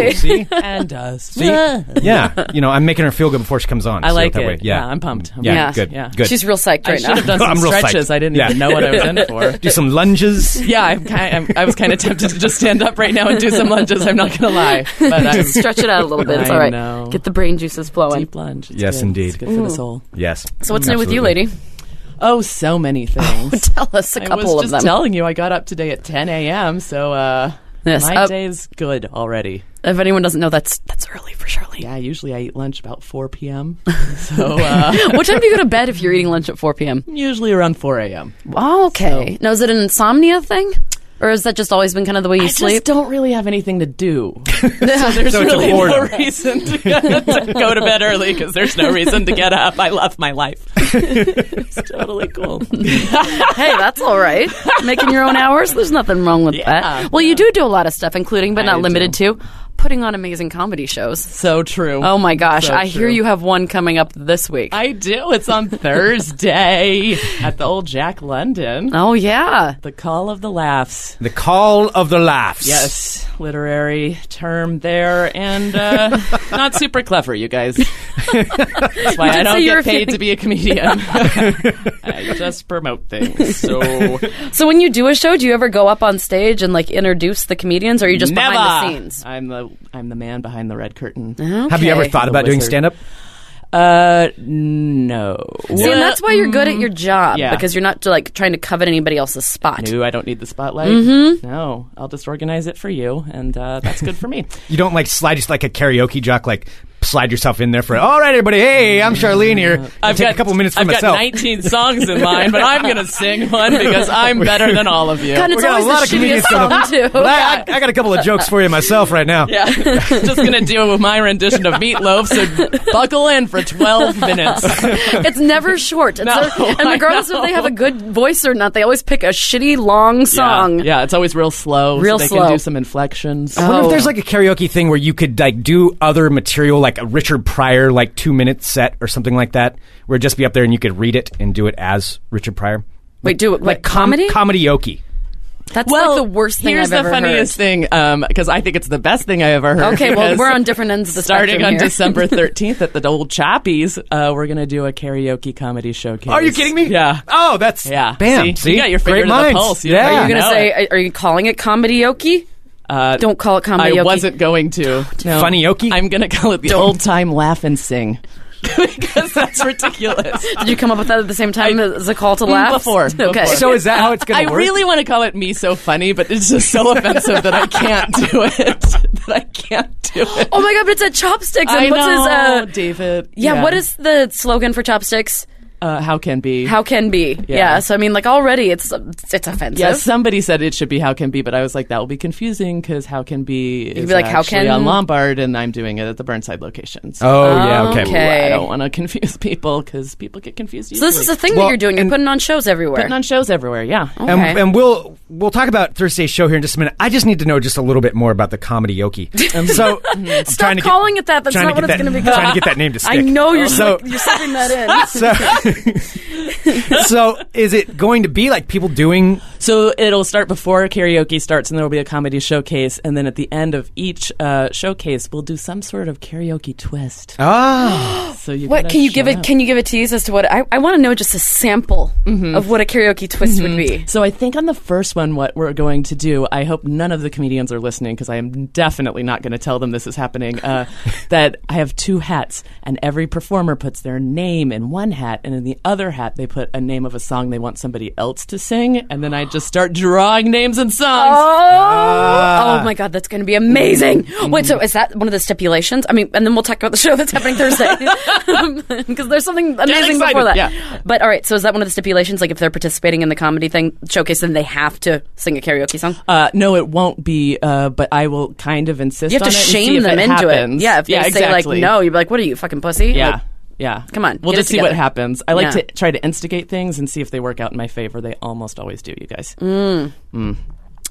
Speaker 7: Connolly.
Speaker 6: see?
Speaker 8: and does. [LAUGHS]
Speaker 6: See? yeah. You know, I'm making her feel good before she comes on.
Speaker 8: I
Speaker 6: so
Speaker 8: like
Speaker 6: that
Speaker 8: it.
Speaker 6: way- Yeah.
Speaker 8: Yeah, I'm pumped. I'm
Speaker 6: Yeah,
Speaker 8: pumped.
Speaker 6: good.
Speaker 8: Yeah.
Speaker 6: Good.
Speaker 7: She's real psyched
Speaker 8: I
Speaker 7: right
Speaker 8: should have
Speaker 6: [LAUGHS]
Speaker 7: now.
Speaker 8: done some
Speaker 6: I'm real psyched.
Speaker 8: stretches. I didn't
Speaker 6: Yeah.
Speaker 8: even know what I was in for.
Speaker 6: [LAUGHS] Do some lunges.
Speaker 8: [LAUGHS] Yeah, I'm kind I was kind of tempted to just stand up right now and do some lunges. I'm not going to lie, but
Speaker 7: [LAUGHS]
Speaker 6: [LAUGHS]
Speaker 8: I'm
Speaker 7: Stretch it out a little bit. It's
Speaker 8: I
Speaker 7: all right.
Speaker 8: know.
Speaker 7: Get the brain juices flowing.
Speaker 8: deep lunge. It's
Speaker 6: Yes,
Speaker 8: good.
Speaker 6: indeed.
Speaker 8: It's good for the soul.
Speaker 6: Yes.
Speaker 7: So what's new with you,
Speaker 6: Absolutely.
Speaker 7: lady? [LAUGHS]
Speaker 8: Oh, so many things.
Speaker 7: Tell us a
Speaker 8: I was
Speaker 7: couple of
Speaker 8: just
Speaker 7: them.
Speaker 8: telling you, I got up today at 10 a.m. So uh,
Speaker 7: Yes,
Speaker 8: my
Speaker 7: up-
Speaker 8: day's good already.
Speaker 7: if anyone doesn't know, that's that's early for Charlene. [LAUGHS]
Speaker 8: Yeah, usually I eat lunch about 4 p.m. So uh,
Speaker 7: what time do you go to bed if you're eating lunch at 4 p.m.?
Speaker 8: usually around 4 a.m.
Speaker 7: Oh, okay. now, is it an insomnia thing? Or has that just always been kind of the way you
Speaker 8: I
Speaker 7: sleep?
Speaker 8: just don't really have anything to do. so
Speaker 7: [LAUGHS]
Speaker 8: there's
Speaker 6: So it's a
Speaker 8: really no
Speaker 6: boredom.
Speaker 8: reason to, to go to bed early because there's no reason to get up. I love my
Speaker 7: [LAUGHS]
Speaker 8: life. it's totally cool.
Speaker 7: hey, that's all right. Making your own hours, there's nothing wrong with
Speaker 8: Yeah.
Speaker 7: that. Well, you do do a lot of stuff, including but
Speaker 8: I
Speaker 7: not
Speaker 8: do.
Speaker 7: limited to putting on amazing comedy shows.
Speaker 8: So true.
Speaker 7: Oh my gosh,
Speaker 8: So
Speaker 7: I hear
Speaker 8: true.
Speaker 7: you have one coming up this week.
Speaker 8: I do. It's on Thursday at the old Jack London.
Speaker 7: oh yeah.
Speaker 8: The Call of the Laughs.
Speaker 6: The call of the laughs.
Speaker 8: Yes, literary term there, and uh, not super clever, you guys. That's why I
Speaker 7: say
Speaker 8: don't
Speaker 7: you were
Speaker 8: get paid
Speaker 7: feeling-
Speaker 8: to be a comedian.
Speaker 7: [LAUGHS]
Speaker 8: I just promote things. So
Speaker 7: So when you do a show, do you ever go up on stage and like introduce the comedians or are you just
Speaker 8: Never.
Speaker 7: behind the scenes? Ah.
Speaker 8: I'm the I'm the man behind the red curtain.
Speaker 6: Have you ever
Speaker 7: Okay.
Speaker 6: thought
Speaker 8: The
Speaker 6: about doing
Speaker 8: wizard.
Speaker 6: stand up?
Speaker 8: Uh, no.
Speaker 7: See, and that's why you're good at your job
Speaker 8: Yeah.
Speaker 7: because you're not like trying to covet anybody else's spot.
Speaker 8: No, I don't need the spotlight.
Speaker 6: Mm-hmm.
Speaker 8: No, I'll just organize it for you, and uh, that's good for
Speaker 6: [LAUGHS]
Speaker 8: me.
Speaker 6: You don't like slide just like a karaoke jock, like slide yourself in there for, all right, everybody, hey, I'm Charlene here. I'll take a couple minutes for
Speaker 8: I've
Speaker 6: myself.
Speaker 8: got 19 songs
Speaker 6: [LAUGHS]
Speaker 8: in line, but I'm going to sing one because I'm better than all
Speaker 6: [LAUGHS]
Speaker 8: of you.
Speaker 7: God,
Speaker 6: We
Speaker 7: it's
Speaker 6: got
Speaker 7: always
Speaker 6: a lot of
Speaker 7: the shittiest
Speaker 6: comedians coming up.
Speaker 7: song too.
Speaker 6: But
Speaker 8: [LAUGHS]
Speaker 6: I, I, I got a couple of jokes for you myself right now.
Speaker 8: Yeah, just gonna deal with my rendition of Meatloaf.
Speaker 6: [LAUGHS]
Speaker 8: So buckle in for 12 minutes.
Speaker 7: [LAUGHS] It's never short.
Speaker 8: [LAUGHS]
Speaker 7: It's
Speaker 8: No,
Speaker 7: a- and
Speaker 8: I
Speaker 7: regardless if they
Speaker 8: know.
Speaker 7: have a good voice or not, they always pick a shitty long song.
Speaker 8: Yeah, yeah, it's always real slow.
Speaker 7: Real
Speaker 8: so they
Speaker 7: slow.
Speaker 8: can do some inflections.
Speaker 6: I wonder
Speaker 7: Oh.
Speaker 6: if there's like a karaoke thing where you could like do other material, like a Richard Pryor, like two minute set or something like that, where it'd just be up there and you could read it and do it as Richard Pryor.
Speaker 7: Wait, do it like
Speaker 6: Com-
Speaker 7: comedy?
Speaker 6: Comedyoki.
Speaker 7: That's like the worst thing
Speaker 8: Here's
Speaker 7: I've ever
Speaker 8: the funniest thing, because I think it's the best thing I ever heard.
Speaker 7: heard. Okay, well
Speaker 8: because
Speaker 7: we're on different ends of the
Speaker 8: Starting
Speaker 7: spectrum
Speaker 8: on
Speaker 7: here.
Speaker 8: December 13th at the old Chappies, uh, we're going to do a karaoke comedy showcase.
Speaker 6: Are you kidding me?
Speaker 8: Yeah.
Speaker 6: Oh, that's
Speaker 8: Yeah.
Speaker 6: Bam.
Speaker 8: See? You got your finger
Speaker 6: Great
Speaker 8: to the
Speaker 6: minds.
Speaker 8: pulse. You-
Speaker 6: yeah.
Speaker 8: are
Speaker 7: You're gonna
Speaker 8: No.
Speaker 7: say, are- are you calling it comedyoki?
Speaker 8: Uh,
Speaker 7: Don't call it
Speaker 8: I
Speaker 7: comedyoki.
Speaker 8: wasn't going to. No.
Speaker 6: Funnyoki?
Speaker 8: I'm going to call it the old time laugh and sing. [LAUGHS] because that's ridiculous.
Speaker 7: Did you come up with that at the same time
Speaker 8: I-
Speaker 7: as a call to
Speaker 8: Mm,
Speaker 7: laugh?
Speaker 8: before,
Speaker 7: [LAUGHS] Okay.
Speaker 8: before.
Speaker 6: [LAUGHS] so is that how it's
Speaker 8: I
Speaker 6: going to work?
Speaker 8: really want to call it me so funny, but it's just so offensive that I can't do it. that I can't do it.
Speaker 7: oh my god, but it's at Chopsticks. And
Speaker 8: I
Speaker 7: what's
Speaker 8: know,
Speaker 7: his? Uh,
Speaker 8: David.
Speaker 7: yeah, What is the slogan for Chopsticks?
Speaker 8: uh, how can be?
Speaker 7: How can be? Yeah. so I mean, like already, it's it's offensive.
Speaker 8: Yeah, somebody said it should be how can be, but I was like that will be confusing because how can be is
Speaker 7: be like, how
Speaker 8: actually
Speaker 7: can-
Speaker 8: on Lombard, and I'm doing it at the Burnside location. So
Speaker 6: Oh, yeah. Okay.
Speaker 7: Okay.
Speaker 8: I don't want to confuse people because people get confused.
Speaker 7: So this is
Speaker 8: easily.
Speaker 7: the thing
Speaker 6: Well,
Speaker 7: that you're doing. You're
Speaker 6: and-
Speaker 7: putting on shows everywhere.
Speaker 8: putting on shows everywhere. Yeah,
Speaker 6: And,
Speaker 7: Okay.
Speaker 6: and we'll we'll talk about Thursday's show here in just a minute. I just need to know just a little bit more about the comedy yoki.
Speaker 8: [LAUGHS]
Speaker 6: Um, so I'm
Speaker 7: Stop
Speaker 6: trying to get- [LAUGHS]
Speaker 7: calling it that. That's
Speaker 6: trying
Speaker 7: not
Speaker 6: to
Speaker 7: what
Speaker 6: get
Speaker 7: it's going to be
Speaker 6: that-
Speaker 7: called.
Speaker 6: Trying to get that name to stick.
Speaker 7: [LAUGHS] I know you're
Speaker 6: so.
Speaker 7: slick-
Speaker 8: [LAUGHS]
Speaker 6: [LAUGHS]
Speaker 7: you're slipping that
Speaker 6: so,
Speaker 7: in.
Speaker 6: so is it going to be like people doing
Speaker 8: So it'll start before karaoke starts, and there will be a comedy showcase, and then at the end of each uh, showcase, we'll do some sort of karaoke twist.
Speaker 6: Ah,
Speaker 8: So you
Speaker 7: Oh. What
Speaker 8: gotta
Speaker 7: can you give
Speaker 8: show
Speaker 7: it?
Speaker 8: up.
Speaker 7: Can you give it tease as to what I, I want to know? Just a sample
Speaker 8: Mm-hmm.
Speaker 7: of what a karaoke twist would be.
Speaker 8: So I think on the first one, what we're going to do, I hope none of the comedians are listening because I am definitely not going to tell them this is happening.
Speaker 7: [LAUGHS]
Speaker 8: Uh, that I have two hats, and every performer puts their name in one hat, and in the other hat they put a name of a song they want somebody else to sing, and then I just start drawing names and songs. Ah.
Speaker 7: Oh, oh my god, that's going to be amazing!
Speaker 8: Mm-hmm.
Speaker 7: Wait, so is that one of the stipulations? I mean, and then we'll talk about the show that's happening
Speaker 8: [LAUGHS]
Speaker 7: Thursday [LAUGHS] because there's something amazing before
Speaker 8: excited,
Speaker 7: that.
Speaker 8: yeah.
Speaker 7: But all right, so is that one of the stipulations? Like, if they're participating in the comedy thing showcase, then they have to sing a karaoke song.
Speaker 8: Uh, no, it won't be. Uh, but I will kind of insist.
Speaker 7: you have
Speaker 8: on
Speaker 7: to
Speaker 8: it and
Speaker 7: shame
Speaker 8: see if
Speaker 7: them
Speaker 8: it
Speaker 7: into
Speaker 8: happens.
Speaker 7: it. Yeah, if they
Speaker 8: yeah,
Speaker 7: say
Speaker 8: exactly.
Speaker 7: like no, you'd be like, "What are you, fucking pussy?"
Speaker 8: yeah,
Speaker 7: Like,
Speaker 8: yeah.
Speaker 7: come on,
Speaker 8: we'll
Speaker 7: get
Speaker 8: just
Speaker 7: it
Speaker 8: see what
Speaker 7: together.
Speaker 8: happens. I like to
Speaker 7: Yeah.
Speaker 8: try to instigate things and see if they work out in my favor. They almost always do. You guys,
Speaker 7: I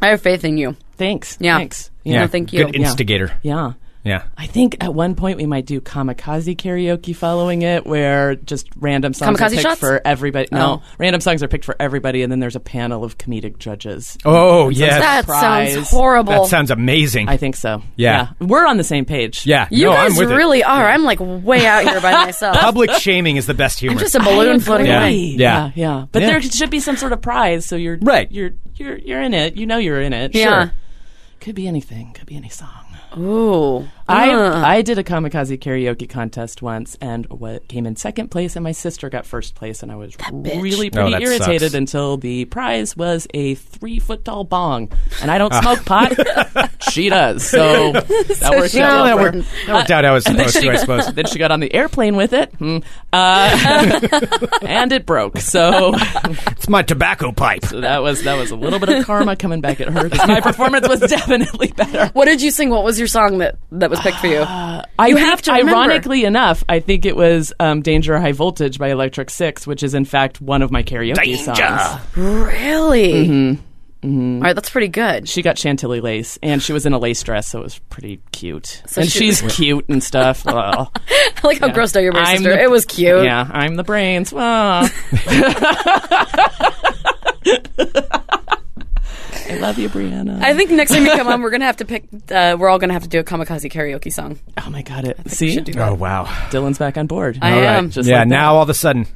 Speaker 7: have faith in you.
Speaker 8: thanks.
Speaker 7: Mm. Yeah.
Speaker 8: thanks.
Speaker 7: Yeah. No, thank you.
Speaker 6: Good
Speaker 7: Yeah.
Speaker 6: instigator.
Speaker 8: Yeah.
Speaker 6: Yeah.
Speaker 8: I think at one point we might do kamikaze karaoke following it, where just random songs are
Speaker 7: Kamikaze
Speaker 8: picked
Speaker 7: shots?
Speaker 8: for everybody. No,
Speaker 7: Oh.
Speaker 8: random songs are picked for everybody, and then there's a panel of comedic judges.
Speaker 6: Oh yes,
Speaker 7: That
Speaker 8: Surprise.
Speaker 7: sounds horrible.
Speaker 6: that sounds amazing.
Speaker 8: I think so.
Speaker 6: Yeah.
Speaker 8: we're on the same page.
Speaker 6: yeah,
Speaker 7: you
Speaker 6: no,
Speaker 7: guys
Speaker 6: I'm with it.
Speaker 7: really [LAUGHS] are. I'm like way out here
Speaker 6: [LAUGHS]
Speaker 7: by myself.
Speaker 6: Public shaming is the best humor.
Speaker 7: I'm just a
Speaker 8: I
Speaker 7: balloon
Speaker 8: agree.
Speaker 7: floating
Speaker 6: Yeah.
Speaker 7: away.
Speaker 8: yeah,
Speaker 6: Yeah.
Speaker 8: yeah. But
Speaker 6: Yeah.
Speaker 8: there should be some sort of prize, so you're
Speaker 6: Right.
Speaker 8: You're you're you're in it. You know you're in it.
Speaker 7: Yeah.
Speaker 8: Could be anything. Could be any song.
Speaker 7: Ooh. Uh.
Speaker 8: I I did a kamikaze karaoke contest once and what came in second place and my sister got first place and I was
Speaker 7: bitch.
Speaker 8: really
Speaker 6: Oh,
Speaker 8: pretty
Speaker 6: that
Speaker 8: irritated
Speaker 6: sucks.
Speaker 8: until the prize was a three foot tall bong and I don't
Speaker 6: Ah.
Speaker 8: smoke
Speaker 6: [LAUGHS]
Speaker 8: pot. she does,
Speaker 7: [LAUGHS]
Speaker 8: so that works
Speaker 7: she-
Speaker 8: out. well
Speaker 6: no, that
Speaker 8: for her.
Speaker 6: worked, that
Speaker 7: uh,
Speaker 6: worked out. I
Speaker 7: [LAUGHS]
Speaker 6: was supposed to, I suppose.
Speaker 8: Then she got on the airplane with it, hmm.
Speaker 7: [LAUGHS]
Speaker 8: uh, and it broke. So [LAUGHS]
Speaker 6: It's my tobacco
Speaker 7: [LAUGHS]
Speaker 6: pipe.
Speaker 8: that was that was a little bit of karma coming back at her because my performance was [LAUGHS] definitely better.
Speaker 7: What did you sing? What was your song that, that was picked
Speaker 6: [SIGHS]
Speaker 7: for you?
Speaker 8: I
Speaker 7: You
Speaker 8: think,
Speaker 7: have to remember.
Speaker 8: Ironically enough, I think it was um, "Danger High Voltage" by Electric Six, which is in fact one of my karaoke songs.
Speaker 7: really?
Speaker 6: Mm-hmm.
Speaker 7: All right, that's pretty good.
Speaker 8: She got chantilly lace, and she was in a lace dress, so it was pretty cute. and
Speaker 7: she-
Speaker 8: she's cute and
Speaker 7: [LAUGHS]
Speaker 8: stuff. Ugh.
Speaker 7: [LAUGHS] I like how grossed out your
Speaker 8: I'm
Speaker 7: sister.
Speaker 8: the-
Speaker 7: it was cute.
Speaker 8: Yeah, I'm the brains.
Speaker 7: [LAUGHS]
Speaker 8: Ugh. I love you, Brianna.
Speaker 7: I think next
Speaker 6: [LAUGHS]
Speaker 7: time you come on, we're gonna have to pick. Uh, we're all gonna have to do a kamikaze karaoke song.
Speaker 8: oh my god! It, see,
Speaker 6: Oh wow.
Speaker 8: Dylan's back on board.
Speaker 7: I
Speaker 8: All right.
Speaker 7: am.
Speaker 8: Just
Speaker 6: yeah.
Speaker 8: like that.
Speaker 6: now all of a sudden,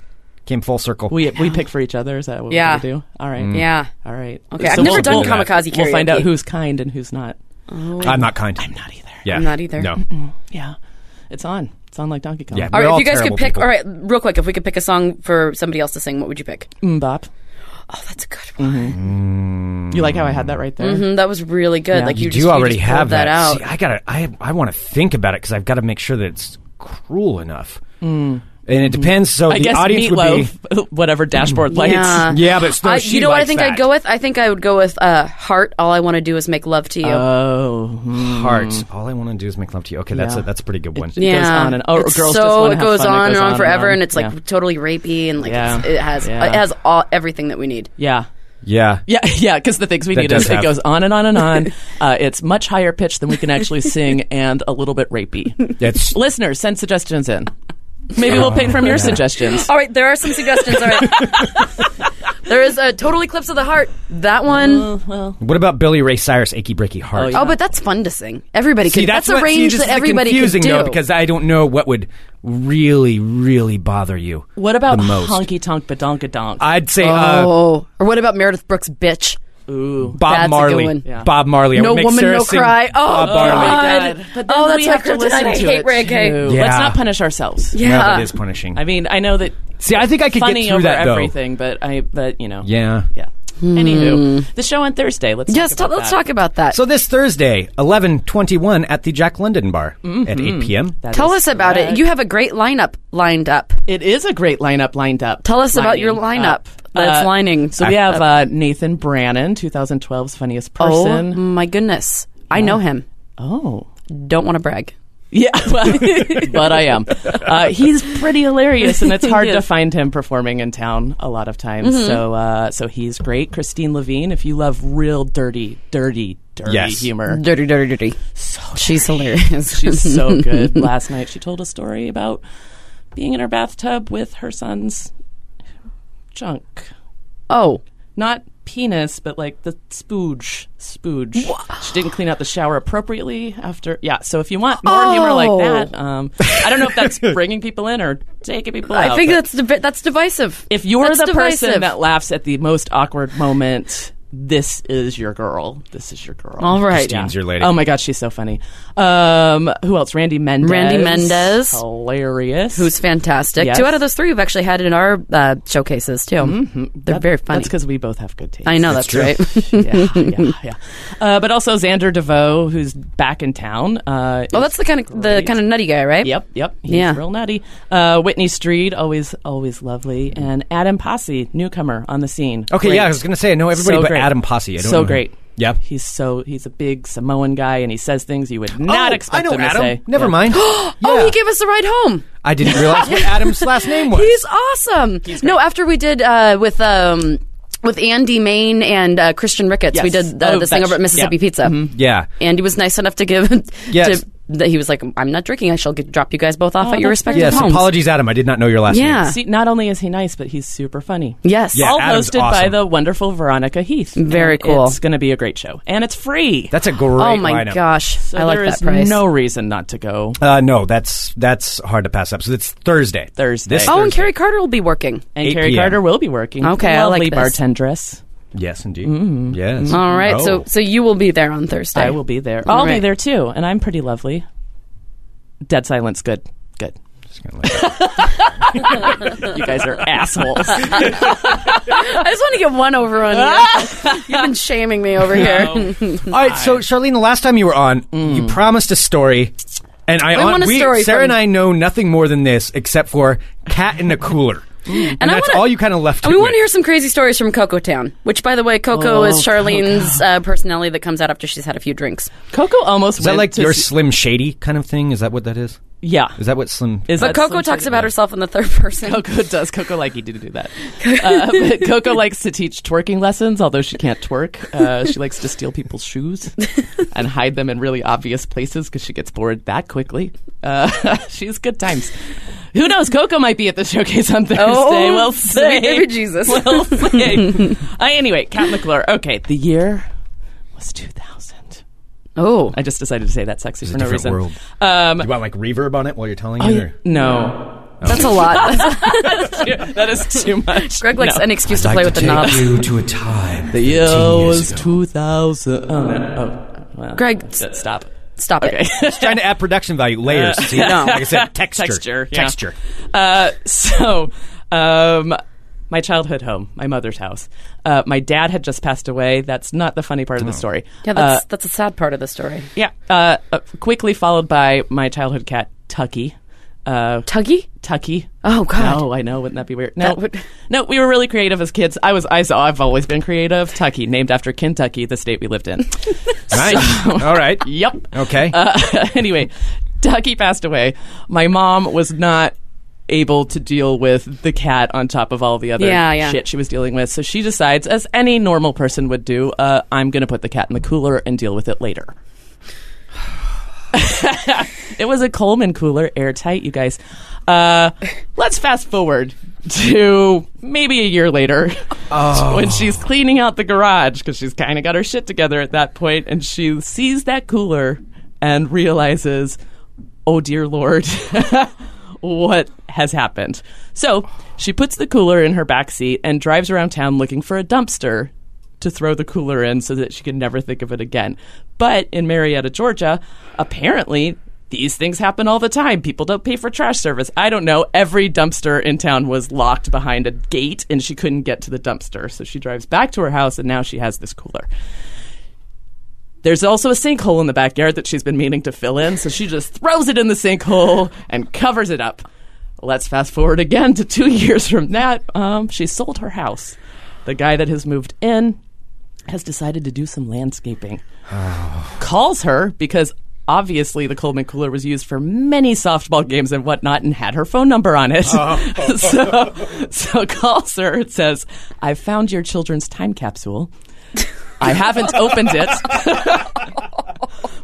Speaker 6: came full circle.
Speaker 8: we we pick for each other. Is that what
Speaker 7: Yeah.
Speaker 8: we're gonna do? All
Speaker 6: Mm.
Speaker 8: right.
Speaker 7: Yeah.
Speaker 8: All right.
Speaker 7: Okay, I've never done
Speaker 6: Oh. we'll-
Speaker 7: kamikaze karaoke.
Speaker 8: We'll find out who's kind and who's not.
Speaker 6: I'm not kind.
Speaker 8: I'm not either.
Speaker 6: yeah.
Speaker 7: I'm not either.
Speaker 6: No.
Speaker 8: Yeah. It's on. It's on like Donkey Kong.
Speaker 6: Yeah.
Speaker 7: All
Speaker 6: We're
Speaker 7: right,
Speaker 6: all
Speaker 7: if you guys
Speaker 6: terrible
Speaker 7: could pick.
Speaker 6: people.
Speaker 7: All right, real quick, if we could pick a song for somebody else to sing, what would you pick?
Speaker 8: Mbop.
Speaker 7: Oh, that's a good one.
Speaker 8: You like how I had that right there?
Speaker 7: Mm, that was really good. Like you,
Speaker 6: You,
Speaker 7: just,
Speaker 6: do already
Speaker 7: just pulled
Speaker 6: have
Speaker 7: that, out.
Speaker 6: See, I gotta. I I want to think about it because I've got to make sure that it's cruel enough.
Speaker 7: Mm.
Speaker 6: And it
Speaker 7: Mm-hmm.
Speaker 6: depends. So
Speaker 8: I
Speaker 6: the
Speaker 8: guess
Speaker 6: audience would be.
Speaker 8: meatloaf, [LAUGHS] whatever dashboard lights.
Speaker 7: Yeah.
Speaker 6: Yeah, but still,
Speaker 7: I-
Speaker 6: she
Speaker 7: you know what I
Speaker 6: likes
Speaker 7: think I'd
Speaker 6: that.
Speaker 7: go with? I think I would go with uh, "Heart." All I want to do is make love to you.
Speaker 8: Oh, hmm.
Speaker 6: Hearts. Mm. All I want to do is make love to you. Okay, that's
Speaker 8: Yeah.
Speaker 6: a, that's a pretty good one.
Speaker 8: It goes on and- oh,
Speaker 7: It's
Speaker 8: girls
Speaker 7: so
Speaker 8: just wanna
Speaker 7: it
Speaker 8: have
Speaker 7: goes
Speaker 8: fun, it
Speaker 7: on
Speaker 8: goes
Speaker 7: and
Speaker 8: on
Speaker 7: on
Speaker 8: and
Speaker 7: forever,
Speaker 8: on.
Speaker 7: and it's like
Speaker 8: Yeah.
Speaker 7: totally rapey, and like
Speaker 8: Yeah.
Speaker 7: it's, it has
Speaker 8: Yeah.
Speaker 7: it has all everything that we need.
Speaker 8: yeah.
Speaker 6: yeah.
Speaker 8: [LAUGHS] Yeah, yeah, because the things we
Speaker 6: That
Speaker 8: need
Speaker 6: does
Speaker 8: is it
Speaker 6: have-
Speaker 8: goes on and on and on. [LAUGHS] uh, it's much higher pitched than we can actually sing and a little bit [LAUGHS] rapey.
Speaker 6: That's
Speaker 8: Listeners, send suggestions in. Maybe we'll pick from your suggestions.
Speaker 7: All right, there are some suggestions.
Speaker 8: [LAUGHS]
Speaker 7: All right, there is a total eclipse of the heart. That one. Oh,
Speaker 6: what about Billy Ray Cyrus, "Achy Breaky Heart"?
Speaker 8: Oh, yeah.
Speaker 7: but that's fun to sing. Everybody
Speaker 6: See,
Speaker 7: could.
Speaker 6: that's,
Speaker 7: That's,
Speaker 6: what,
Speaker 7: a range
Speaker 6: see, this is the
Speaker 7: that everybody
Speaker 6: confusing
Speaker 7: could do.
Speaker 6: though because I don't know what would really, really bother you.
Speaker 8: [LAUGHS] What about
Speaker 6: the most?
Speaker 8: honky tonk badonka donk?
Speaker 6: I'd say uh,
Speaker 7: oh, or what about Meredith Brooks' "Bitch"?
Speaker 8: Ooh.
Speaker 6: Bob
Speaker 7: that's a good
Speaker 6: Marley.
Speaker 7: one.
Speaker 8: Yeah.
Speaker 6: Bob Marley. I
Speaker 8: Oh,
Speaker 7: No
Speaker 6: would make
Speaker 7: woman,
Speaker 6: Sarah
Speaker 7: no
Speaker 6: sing
Speaker 7: cry. Oh,
Speaker 6: Bob
Speaker 7: God.
Speaker 6: Marley.
Speaker 7: God.
Speaker 8: But then
Speaker 7: Oh, that's
Speaker 8: we
Speaker 7: my
Speaker 8: have to
Speaker 7: kryptonite.
Speaker 8: listen
Speaker 7: I
Speaker 8: to
Speaker 7: hate
Speaker 8: it.
Speaker 7: reggae.
Speaker 8: too.
Speaker 6: Yeah.
Speaker 8: Let's not punish ourselves.
Speaker 6: No,
Speaker 7: Yeah.
Speaker 6: that is punishing.
Speaker 8: I mean, I know that
Speaker 6: See, I think I could get
Speaker 8: funny
Speaker 6: through
Speaker 8: over
Speaker 6: that though.
Speaker 8: everything, but I, but you know,
Speaker 6: Yeah.
Speaker 8: yeah. Anywho, the show on Thursday. Let's
Speaker 7: Hmm. Yes,
Speaker 8: talk
Speaker 7: t-
Speaker 8: about
Speaker 7: let's
Speaker 8: that.
Speaker 7: talk about that.
Speaker 6: So this Thursday, eleven twenty-one at the Jack London Bar at eight p.m.
Speaker 8: Mm-hmm. That
Speaker 7: Tell
Speaker 8: is
Speaker 7: us about
Speaker 8: correct.
Speaker 7: it. You have a great lineup lined up.
Speaker 8: It is a great lineup lined up.
Speaker 7: Tell us about your
Speaker 8: Lining
Speaker 7: lineup
Speaker 8: up.
Speaker 7: that's
Speaker 8: Uh,
Speaker 7: lining.
Speaker 8: So we have uh, Nathan Brannon, 2012's funniest
Speaker 7: Oh
Speaker 8: person.
Speaker 7: my goodness, I know him.
Speaker 8: Oh.
Speaker 7: Don't want to brag.
Speaker 8: Yeah, [LAUGHS] well, but I am. Uh, he's pretty hilarious, and it's hard
Speaker 7: [LAUGHS] He
Speaker 8: to
Speaker 7: is. Mm-hmm.
Speaker 8: find him performing in town a lot of times. So, uh, so he's great. Christine Levine, if you love real dirty, dirty, dirty
Speaker 6: Yes.
Speaker 8: humor,
Speaker 7: Dirty, dirty, dirty. [LAUGHS] She's hilarious.
Speaker 8: She's [LAUGHS] so good. Last night she told a story about being in her bathtub with her son's junk.
Speaker 7: oh,
Speaker 8: Not penis, but like the spooge, spooge. She didn't clean out the shower appropriately after. Yeah, so if you want more humor
Speaker 7: Oh.
Speaker 8: like that, um, I don't know if that's bringing people in or taking people out.
Speaker 7: I think
Speaker 8: but
Speaker 7: that's divi- that's divisive.
Speaker 8: Oh, if you're
Speaker 7: That's
Speaker 8: the
Speaker 7: divisive.
Speaker 8: person that laughs at the most awkward moment, this is your girl. This is your girl.
Speaker 7: all right, yeah.
Speaker 6: Christine's your lady.
Speaker 8: Oh my god, she's so funny. Um, who else? Randy Mendez.
Speaker 7: Randy Mendez.
Speaker 8: hilarious.
Speaker 7: who's fantastic.
Speaker 8: Yes.
Speaker 7: Two out of those three we've actually had in our uh, showcases too. Mm-hmm. They're very funny.
Speaker 8: That's because we both have good taste.
Speaker 7: I know that's, right. [LAUGHS]
Speaker 8: yeah, yeah, yeah. Uh, but also Xander DeVoe, who's back in town. Uh,
Speaker 7: well,
Speaker 8: is-
Speaker 7: Oh, that's the kind of the
Speaker 8: Great.
Speaker 7: kind of nutty guy, right?
Speaker 8: Yep, yep. He's
Speaker 7: Yeah.
Speaker 8: real nutty. Uh, Whitney Streed, always, always lovely, and Adam Posse, newcomer on the scene.
Speaker 6: Okay,
Speaker 8: Great.
Speaker 6: yeah, I was gonna say I know everybody
Speaker 8: So
Speaker 6: but
Speaker 8: great.
Speaker 6: Adam Posse. I don't
Speaker 8: so
Speaker 6: know him.
Speaker 8: great.
Speaker 6: Yeah.
Speaker 8: he's so he's a big Samoan guy, and he says things you would not
Speaker 6: Oh,
Speaker 8: expect
Speaker 6: I know
Speaker 8: him
Speaker 6: Adam.
Speaker 8: to say.
Speaker 6: Never
Speaker 8: Yeah.
Speaker 7: [GASPS]
Speaker 6: mind.
Speaker 7: Oh,
Speaker 6: Yeah.
Speaker 7: he gave us a ride home.
Speaker 6: I didn't realize what
Speaker 7: [LAUGHS]
Speaker 6: Adam's last name was.
Speaker 7: He's awesome. no, after we did uh, with um, with Andy Main and uh, Christian Ricketts, we
Speaker 8: Yes.
Speaker 7: did uh,
Speaker 8: Oh,
Speaker 7: this thing
Speaker 8: fetch.
Speaker 7: over at Mississippi
Speaker 8: Yeah. Mm-hmm.
Speaker 7: Pizza.
Speaker 6: yeah.
Speaker 7: Andy was nice enough to give. [LAUGHS]
Speaker 6: Yes.
Speaker 7: to, that he was like, "I'm not drinking. I shall get, drop you guys both off
Speaker 8: Oh,
Speaker 7: at your
Speaker 8: that's
Speaker 7: respective
Speaker 6: Yes,
Speaker 7: homes."
Speaker 6: apologies, Adam. I did not know your last
Speaker 7: Yeah.
Speaker 6: name.
Speaker 8: See, not only is he nice, but he's super funny.
Speaker 7: Yes. Oh
Speaker 6: Yeah.
Speaker 8: All
Speaker 6: Adam's
Speaker 8: hosted by
Speaker 6: awesome.
Speaker 8: the wonderful Veronica Heath.
Speaker 7: Very
Speaker 8: And
Speaker 7: cool.
Speaker 8: It's going to be a great show, and it's free.
Speaker 6: That's a great
Speaker 7: Oh my
Speaker 6: lineup.
Speaker 7: gosh,
Speaker 8: so
Speaker 7: I like
Speaker 8: there
Speaker 7: that
Speaker 8: is
Speaker 7: price.
Speaker 8: no reason not to go.
Speaker 6: Uh, no, that's that's hard to pass up. So it's Thursday.
Speaker 8: Thursday.
Speaker 6: This
Speaker 7: oh, and
Speaker 6: Thursday.
Speaker 7: Carrie Carter will be working.
Speaker 8: And
Speaker 6: 8
Speaker 8: Carrie
Speaker 6: PM.
Speaker 8: Carter will be working.
Speaker 7: Okay, I like
Speaker 8: Lovely
Speaker 7: this.
Speaker 8: bartendress.
Speaker 6: Yes, indeed.
Speaker 7: Mm-hmm.
Speaker 6: Yes.
Speaker 7: All right,
Speaker 6: Oh.
Speaker 7: so so you will be there on Thursday.
Speaker 8: I will be there. I'll be
Speaker 7: Right.
Speaker 8: there too, and I'm pretty lovely. Dead silence. Good. Good.
Speaker 6: Just gonna let that-
Speaker 8: You guys
Speaker 6: [LAUGHS]
Speaker 8: are assholes.
Speaker 7: I just want to get one over
Speaker 8: [LAUGHS]
Speaker 7: on you. You've been shaming me over here.
Speaker 6: All right, so Charlene, the last time you were on, you promised a story. And I,
Speaker 7: I
Speaker 6: on-
Speaker 7: Mm. want a
Speaker 6: we,
Speaker 7: story
Speaker 6: Sarah
Speaker 7: from-
Speaker 6: and I know nothing more than this except for cat in a cooler. and
Speaker 7: I
Speaker 6: that's
Speaker 7: wanna-
Speaker 6: all you kind of left.
Speaker 7: And we
Speaker 6: it
Speaker 7: want
Speaker 6: with.
Speaker 7: to hear some crazy stories from Coco Town, which, by the way, Coco
Speaker 8: Oh,
Speaker 7: is Charlene's uh, personality that comes out after she's had a few drinks.
Speaker 8: Coco almost
Speaker 6: Is that
Speaker 8: went
Speaker 6: like
Speaker 8: to
Speaker 6: your
Speaker 8: see-
Speaker 6: Slim Shady kind of thing? Is that what that is?
Speaker 8: yeah.
Speaker 6: Is that what Slim?
Speaker 8: Is
Speaker 7: But
Speaker 8: that
Speaker 7: Coco
Speaker 8: some
Speaker 7: talks
Speaker 8: sort of-
Speaker 7: about herself in the third person.
Speaker 8: Coco does. Coco like you did do that. Uh, but Coco likes to teach twerking lessons, although she can't twerk. Uh, she likes to steal people's shoes and hide them in really obvious places because she gets bored that quickly. Uh, [LAUGHS] she's good times. Who knows? Coco might be at the showcase on Thursday.
Speaker 7: Oh, [LAUGHS]
Speaker 8: we'll see.
Speaker 7: sweet baby
Speaker 8: [LAUGHS]
Speaker 7: Jesus. [LAUGHS]
Speaker 8: We'll see. uh, anyway, Cat McClure. Okay, the year was 2000.
Speaker 7: Oh,
Speaker 8: I just decided to say that sexy for no
Speaker 6: different
Speaker 8: reason.
Speaker 6: world.
Speaker 8: Um, Oh,
Speaker 6: Do you want like reverb on it while you're telling it? or-
Speaker 8: no, [LAUGHS]
Speaker 7: that's a lot.
Speaker 8: that is too much.
Speaker 7: [LAUGHS] Greg likes
Speaker 8: No.
Speaker 7: an excuse to play with the knobs.
Speaker 9: you to a time.
Speaker 8: [LAUGHS] The year was 2000. Oh, no. Oh, well.
Speaker 7: Greg,
Speaker 8: S-
Speaker 7: s-
Speaker 8: stop.
Speaker 7: stop it.
Speaker 6: Just trying to add production value, layers. See, like
Speaker 8: [LAUGHS]
Speaker 6: I said, texture,
Speaker 8: Texture, yeah. [LAUGHS]
Speaker 6: texture.
Speaker 8: Uh, so, um, my childhood home, my mother's house. Uh, my dad had just passed away. That's not the funny part of the story.
Speaker 7: Yeah,
Speaker 8: Uh,
Speaker 7: that's that's a sad part of the story.
Speaker 8: yeah. Uh, uh, quickly followed by my childhood cat, Tucky. Uh,
Speaker 7: Tuggy?
Speaker 8: Tucky.
Speaker 7: Oh, God.
Speaker 8: No, I know. Wouldn't that be weird? No,
Speaker 7: That would- [LAUGHS]
Speaker 8: no. We were really creative as kids. I was. I saw. I've always been creative. Tucky, named after Kentucky, the state we lived
Speaker 7: [LAUGHS]
Speaker 8: in.
Speaker 6: Nice. All right.
Speaker 8: yep.
Speaker 6: Okay.
Speaker 8: Uh, [LAUGHS] anyway, Ducky passed away. My mom was not able to deal with the cat on top of all the other
Speaker 7: Yeah, yeah.
Speaker 8: shit she was dealing with. So she decides, as any normal person would do, uh, I'm going to put the cat in the cooler and deal with it later. [LAUGHS] it was a Coleman cooler, airtight, you guys. Uh, let's fast forward to maybe a year later [LAUGHS] when she's cleaning out the garage because she's kind of got her shit together at that point, and she sees that cooler and realizes, oh dear lord, [LAUGHS] what has happened? So she puts the cooler in her back seat and drives around town looking for a dumpster to throw the cooler in so that she can never think of it again. But in Marietta, Georgia, apparently these things happen all the time. People don't pay for trash service. I don't know. Every dumpster in town was locked behind a gate and she couldn't get to the dumpster. So she drives back to her house and now she has this cooler. There's also a sinkhole in the backyard that she's been meaning to fill in, so she just throws it in the sinkhole and covers it up. Let's fast forward again to two [LAUGHS] years from that. Um, she sold her house. The guy that has moved in has decided to do some landscaping. [SIGHS] Calls her because obviously the Coleman cooler was used for many softball games and whatnot and had her phone number on it. [LAUGHS] so, so calls her and says, I found your children's time capsule. I haven't opened it.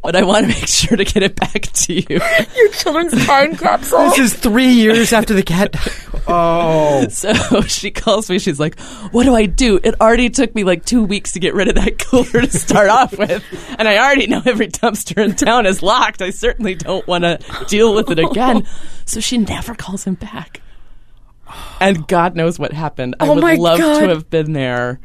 Speaker 8: but I want to make sure to get it back to you. [LAUGHS]
Speaker 7: Your children's time
Speaker 6: [LAUGHS]
Speaker 7: capsule.
Speaker 6: This is three years after the
Speaker 9: [LAUGHS]
Speaker 6: cat. died. Oh,
Speaker 8: So she calls me. She's like, "What do I do? It already took me like two weeks to get rid of that cooler to start off with, and I already know every dumpster in town is locked. I certainly don't want to deal with it again." So she never calls him back. And God knows what happened. I
Speaker 7: Oh my
Speaker 8: would love to
Speaker 7: God.
Speaker 8: have been there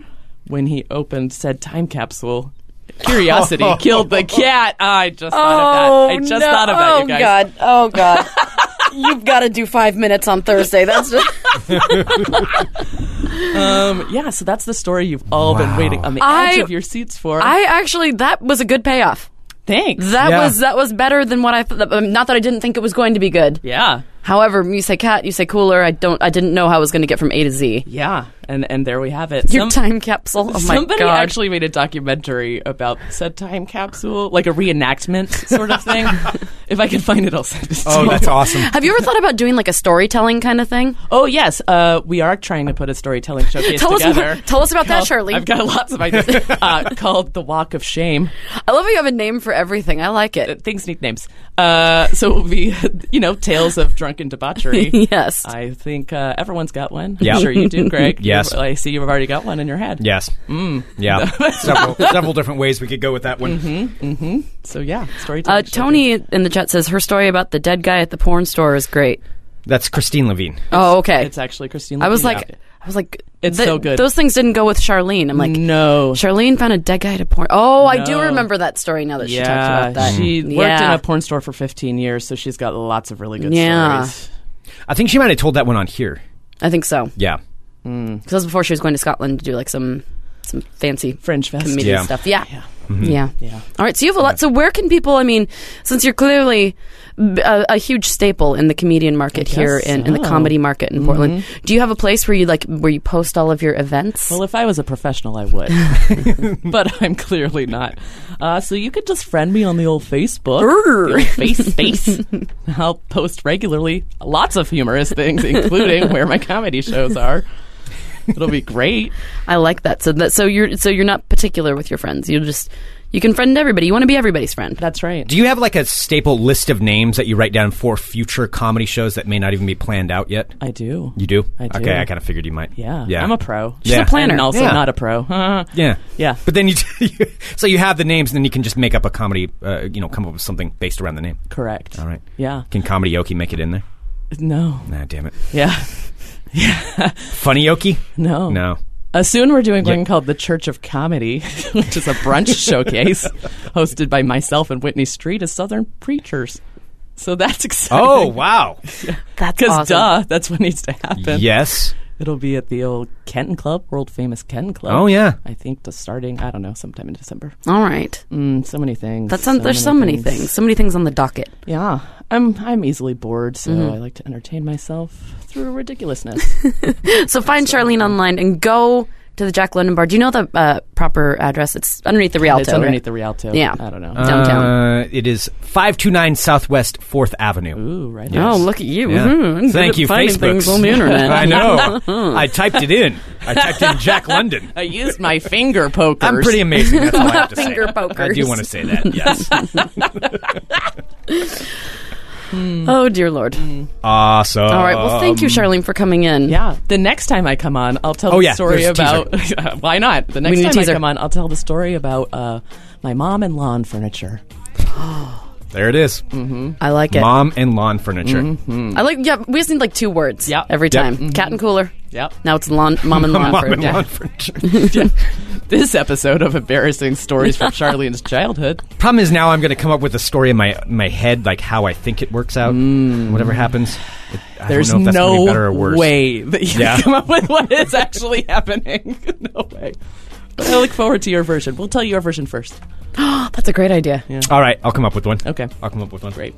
Speaker 8: when he opened said time capsule.
Speaker 7: [LAUGHS]
Speaker 8: Curiosity killed the cat. I just thought
Speaker 7: oh,
Speaker 8: of that. I just
Speaker 7: no.
Speaker 8: thought about you guys.
Speaker 7: Oh god. Oh [LAUGHS] god. You've got to do five minutes on Thursday. That's just,
Speaker 8: Um, yeah, so that's the story you've all been waiting on the edge
Speaker 7: I-
Speaker 8: of your seats for.
Speaker 7: [LAUGHS] I actually that was a good payoff.
Speaker 8: Thanks.
Speaker 7: That
Speaker 6: Yeah.
Speaker 7: was that was better than what I thought. um, Not that I didn't think it was going to be good.
Speaker 8: yeah.
Speaker 7: However, you say cat, you say cooler. I don't. I didn't know how I was going to get from A to Z.
Speaker 8: Yeah, and and there we have it. Some-
Speaker 7: Your time capsule. Oh my
Speaker 8: somebody
Speaker 7: god.
Speaker 8: actually made a documentary about said time capsule, like a reenactment sort of
Speaker 7: [LAUGHS]
Speaker 8: thing. if I can find it, I'll send it. To
Speaker 6: [LAUGHS] oh,
Speaker 8: you.
Speaker 6: that's awesome.
Speaker 7: Have you ever thought about doing like a storytelling kind of thing?
Speaker 8: Oh yes, uh, we are trying to put a
Speaker 7: [LAUGHS]
Speaker 8: storytelling showcase
Speaker 7: Tell us more-
Speaker 8: together.
Speaker 7: tell us about that,
Speaker 8: Called-
Speaker 7: Shirley.
Speaker 8: I've got lots of
Speaker 6: [LAUGHS]
Speaker 8: ideas. uh, called the Walk of Shame.
Speaker 7: I love how you have a name for everything. I like it.
Speaker 8: Things need names. Uh, so it will be, [LAUGHS] you know, tales of drunken
Speaker 7: [LAUGHS]
Speaker 8: debauchery.
Speaker 7: Yes.
Speaker 8: I think uh, everyone's got one.
Speaker 6: Yeah.
Speaker 8: I'm sure you
Speaker 6: [LAUGHS]
Speaker 8: do, Greg.
Speaker 6: Yes.
Speaker 8: You've- I see you've already got one in your head.
Speaker 6: Yes.
Speaker 8: Mm. [LAUGHS]
Speaker 6: Yeah. several, several different ways we could go with that one.
Speaker 8: Mm-hmm. So yeah, storytelling.
Speaker 7: Uh,
Speaker 8: showcase.
Speaker 7: Tony in the chat says her story about the dead guy at the porn store is great.
Speaker 6: That's Christine Levine.
Speaker 7: Oh, okay.
Speaker 8: It's actually Christine.
Speaker 7: I was
Speaker 8: Lee.
Speaker 7: like, I was like,
Speaker 8: It's so good.
Speaker 7: Those things didn't go with Charlene. I'm like,
Speaker 8: no.
Speaker 7: Charlene found a dead guy to porn. Oh, I do
Speaker 8: No.
Speaker 7: remember that story now that she talked
Speaker 8: Yeah,
Speaker 7: about that. Mm,
Speaker 8: she worked in
Speaker 7: Yeah.
Speaker 8: a porn store for 15 years, so she's got lots of really good
Speaker 7: Yeah.
Speaker 8: stories.
Speaker 6: I think she might have told that one on here.
Speaker 7: I think so.
Speaker 6: Yeah.
Speaker 7: Because that was before she was going to Scotland to do like some some fancy
Speaker 8: Fringe Fest.
Speaker 7: comedian
Speaker 6: Yeah.
Speaker 7: stuff. Yeah.
Speaker 8: Yeah.
Speaker 7: Yeah. All right. So you have a lot. So where can people? I mean, since you're clearly b- a, a huge staple in the comedian market here
Speaker 8: guess
Speaker 7: in, in the
Speaker 8: so.
Speaker 7: comedy market in Portland, do you have a place where you like where you post all of your events?
Speaker 8: Well, if I was a professional, I would,
Speaker 6: [LAUGHS]
Speaker 8: but I'm clearly not. Uh, so you could just friend me on the old Facebook, The old face face. I'll post regularly, lots of humorous things, including where my comedy shows are. It'll be great.
Speaker 7: I like that. So that so you're so you're not particular with your friends. You just you can friend everybody. You want to be everybody's friend.
Speaker 8: That's right.
Speaker 6: Do you have like a staple list of names that you write down for future comedy shows that may not even be planned out yet?
Speaker 8: I do.
Speaker 6: You do?
Speaker 8: I do.
Speaker 6: Okay, I kind of figured you might.
Speaker 8: Yeah.
Speaker 6: Yeah.
Speaker 8: I'm a pro.
Speaker 6: She's a Yeah.
Speaker 7: planner.
Speaker 8: And also
Speaker 6: Yeah.
Speaker 8: not a pro. [LAUGHS]
Speaker 6: Yeah.
Speaker 8: Yeah.
Speaker 6: But then you, [LAUGHS] so you have the names, and then you can just make up a comedy. Uh, you know, come up with something based around the name.
Speaker 8: Correct.
Speaker 6: All right.
Speaker 8: Yeah.
Speaker 6: Can comedy yoki make it in there?
Speaker 8: No.
Speaker 6: Nah, damn it.
Speaker 8: Yeah. [LAUGHS]
Speaker 6: Funny yoki?
Speaker 8: No.
Speaker 6: No.
Speaker 8: Uh, soon we're doing
Speaker 6: Yeah.
Speaker 8: one called The Church of Comedy, [LAUGHS] which is a
Speaker 6: [LAUGHS]
Speaker 8: brunch showcase hosted by myself and Whitney Street as Southern preachers. So that's [LAUGHS] exciting.
Speaker 6: Oh wow.
Speaker 7: That's
Speaker 8: Because
Speaker 7: awesome.
Speaker 8: duh, that's what needs to happen.
Speaker 6: yes.
Speaker 8: It'll be at the old Kenton Club, world famous Kenton Club.
Speaker 6: Oh yeah.
Speaker 8: I think the starting, I don't know, sometime in December.
Speaker 7: All right.
Speaker 8: Mm, so many things.
Speaker 7: That sounds. there's so many things. So many things on the docket.
Speaker 8: Yeah, I'm I'm easily bored, so
Speaker 7: Mm-hmm.
Speaker 8: I like to entertain myself through ridiculousness.
Speaker 7: So find Charlene online and go to the Jack London Bar. Do you know the uh, proper address? It's underneath the Rialto.
Speaker 8: it's underneath
Speaker 7: right?
Speaker 8: the Rialto.
Speaker 7: Yeah.
Speaker 8: I don't know.
Speaker 7: Downtown.
Speaker 6: Uh, it is five two nine Southwest Fourth Avenue.
Speaker 8: Ooh, right.
Speaker 6: Yeah.
Speaker 7: Oh, look at you!
Speaker 6: Yeah.
Speaker 7: Mhm. I'm good
Speaker 6: Thank
Speaker 7: at
Speaker 6: you,
Speaker 7: finding
Speaker 6: Facebook.
Speaker 7: things on the
Speaker 6: [LAUGHS]
Speaker 7: internet.
Speaker 6: I know. I typed it in. I typed in Jack London.
Speaker 8: I used my
Speaker 7: [LAUGHS]
Speaker 8: finger pokers.
Speaker 6: I'm pretty amazing. That's all I have to say.
Speaker 7: Finger pokers.
Speaker 6: I do want to say that. Yes.
Speaker 7: Oh dear lord!
Speaker 6: awesome.
Speaker 7: All right. Well, thank
Speaker 6: Um,
Speaker 7: you, Charlene, for coming in.
Speaker 8: Yeah. The next time I come on, I'll tell
Speaker 6: Oh,
Speaker 8: the
Speaker 6: yeah,
Speaker 8: story
Speaker 6: there's
Speaker 8: about. [LAUGHS] why not? The next
Speaker 7: need a
Speaker 8: time I
Speaker 7: teaser.
Speaker 8: come on, I'll tell the story about uh, my mom and lawn furniture.
Speaker 6: There it is.
Speaker 7: I like it.
Speaker 6: Mom and lawn furniture. [LAUGHS]
Speaker 7: I like. Yeah, we just need like two words.
Speaker 8: Yeah.
Speaker 7: Every
Speaker 6: Yep.
Speaker 7: time, cat and cooler.
Speaker 8: Yep.
Speaker 7: Now it's lawn,
Speaker 6: [LAUGHS]
Speaker 7: mom and lawn.
Speaker 6: Mm-hmm. Mom
Speaker 7: for-
Speaker 6: and
Speaker 7: yeah. [LAUGHS]
Speaker 6: lawn furniture.
Speaker 8: This episode of embarrassing stories [LAUGHS] from Charlene's childhood.
Speaker 6: Problem is now I'm going to come up with a story in my my head, like how I think it works out.
Speaker 7: Mm.
Speaker 6: Whatever happens, it, I
Speaker 8: There's
Speaker 6: don't know if that's gonna be better or
Speaker 8: no
Speaker 6: worse.
Speaker 8: way that you
Speaker 6: Yeah.
Speaker 8: can [LAUGHS] come up with what is actually happening. [LAUGHS] no way. But I look forward to your version. We'll tell your version first.
Speaker 7: Oh, That's a great idea.
Speaker 6: All right, I'll come up with one.
Speaker 8: Okay.
Speaker 6: I'll come up with one.
Speaker 8: Great.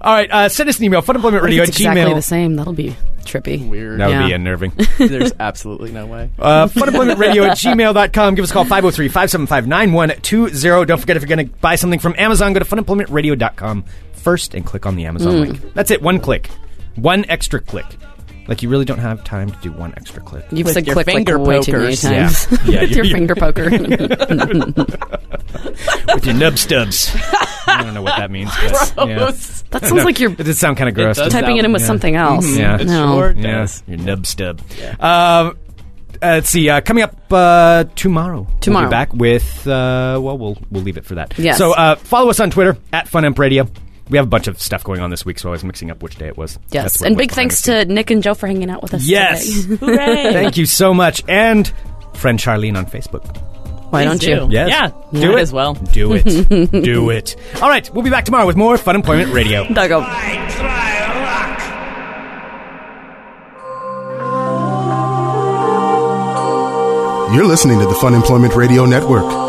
Speaker 6: All right, uh, send us an email, funemploymentradio
Speaker 7: It's
Speaker 6: at
Speaker 7: exactly
Speaker 6: gmail.
Speaker 7: the same. That'll be trippy.
Speaker 8: Weird.
Speaker 6: That would be
Speaker 7: Yeah.
Speaker 6: unnerving.
Speaker 7: [LAUGHS]
Speaker 8: There's absolutely no
Speaker 6: [LAUGHS]
Speaker 8: way.
Speaker 6: Uh, funemploymentradio at gmail.com. Give us a call 503 575 9120. Don't forget if you're going to buy something from Amazon, go to funemploymentradio.com first and click on the Amazon link. That's it, one click. One extra click. Like you really don't have time to do one extra clip.
Speaker 7: You've
Speaker 8: With
Speaker 7: said
Speaker 8: your
Speaker 7: click like
Speaker 8: finger
Speaker 7: way too many
Speaker 8: pokers.
Speaker 7: times.
Speaker 6: Yeah. Yeah,
Speaker 7: [LAUGHS] With
Speaker 6: you-
Speaker 7: your
Speaker 6: you-
Speaker 7: finger
Speaker 6: [LAUGHS]
Speaker 7: poker.
Speaker 6: With your nub stubs. [LAUGHS] I don't know what that means.
Speaker 8: [LAUGHS] Oh,
Speaker 6: But, yeah.
Speaker 7: that sounds like you're
Speaker 6: It did sound kind of gross.
Speaker 3: does.
Speaker 6: doesn't it?
Speaker 7: typing it in with
Speaker 6: Yeah. Mm-hmm.
Speaker 7: something else.
Speaker 6: Yeah. It
Speaker 7: No.
Speaker 6: Yeah, your nub stub. Um, uh, let's see. Uh, coming up uh, tomorrow. We'll
Speaker 7: Tomorrow.
Speaker 6: be back with. Uh, well, we'll we'll leave it for that.
Speaker 7: Yes.
Speaker 6: So uh, follow us on Twitter at Funimp Radio. We have a bunch of stuff going on this week, so I was mixing up which day it was. That's
Speaker 7: Yes.
Speaker 6: what
Speaker 7: And
Speaker 6: went
Speaker 7: big
Speaker 6: behind
Speaker 7: thanks
Speaker 6: the scenes.
Speaker 7: to Nick and Joe for hanging out with us
Speaker 6: Yes.
Speaker 7: today.
Speaker 6: [LAUGHS] Thank you so much, and friend Charlene on Facebook.
Speaker 7: Why don't you?
Speaker 6: Yes.
Speaker 8: Yeah.
Speaker 6: Do
Speaker 8: Might
Speaker 6: it
Speaker 8: as well.
Speaker 6: Do it.
Speaker 7: [LAUGHS]
Speaker 6: Do it. All right. We'll be back tomorrow with more Fun Employment Radio.
Speaker 7: Duggo.
Speaker 1: You're listening to the Fun Employment Radio Network.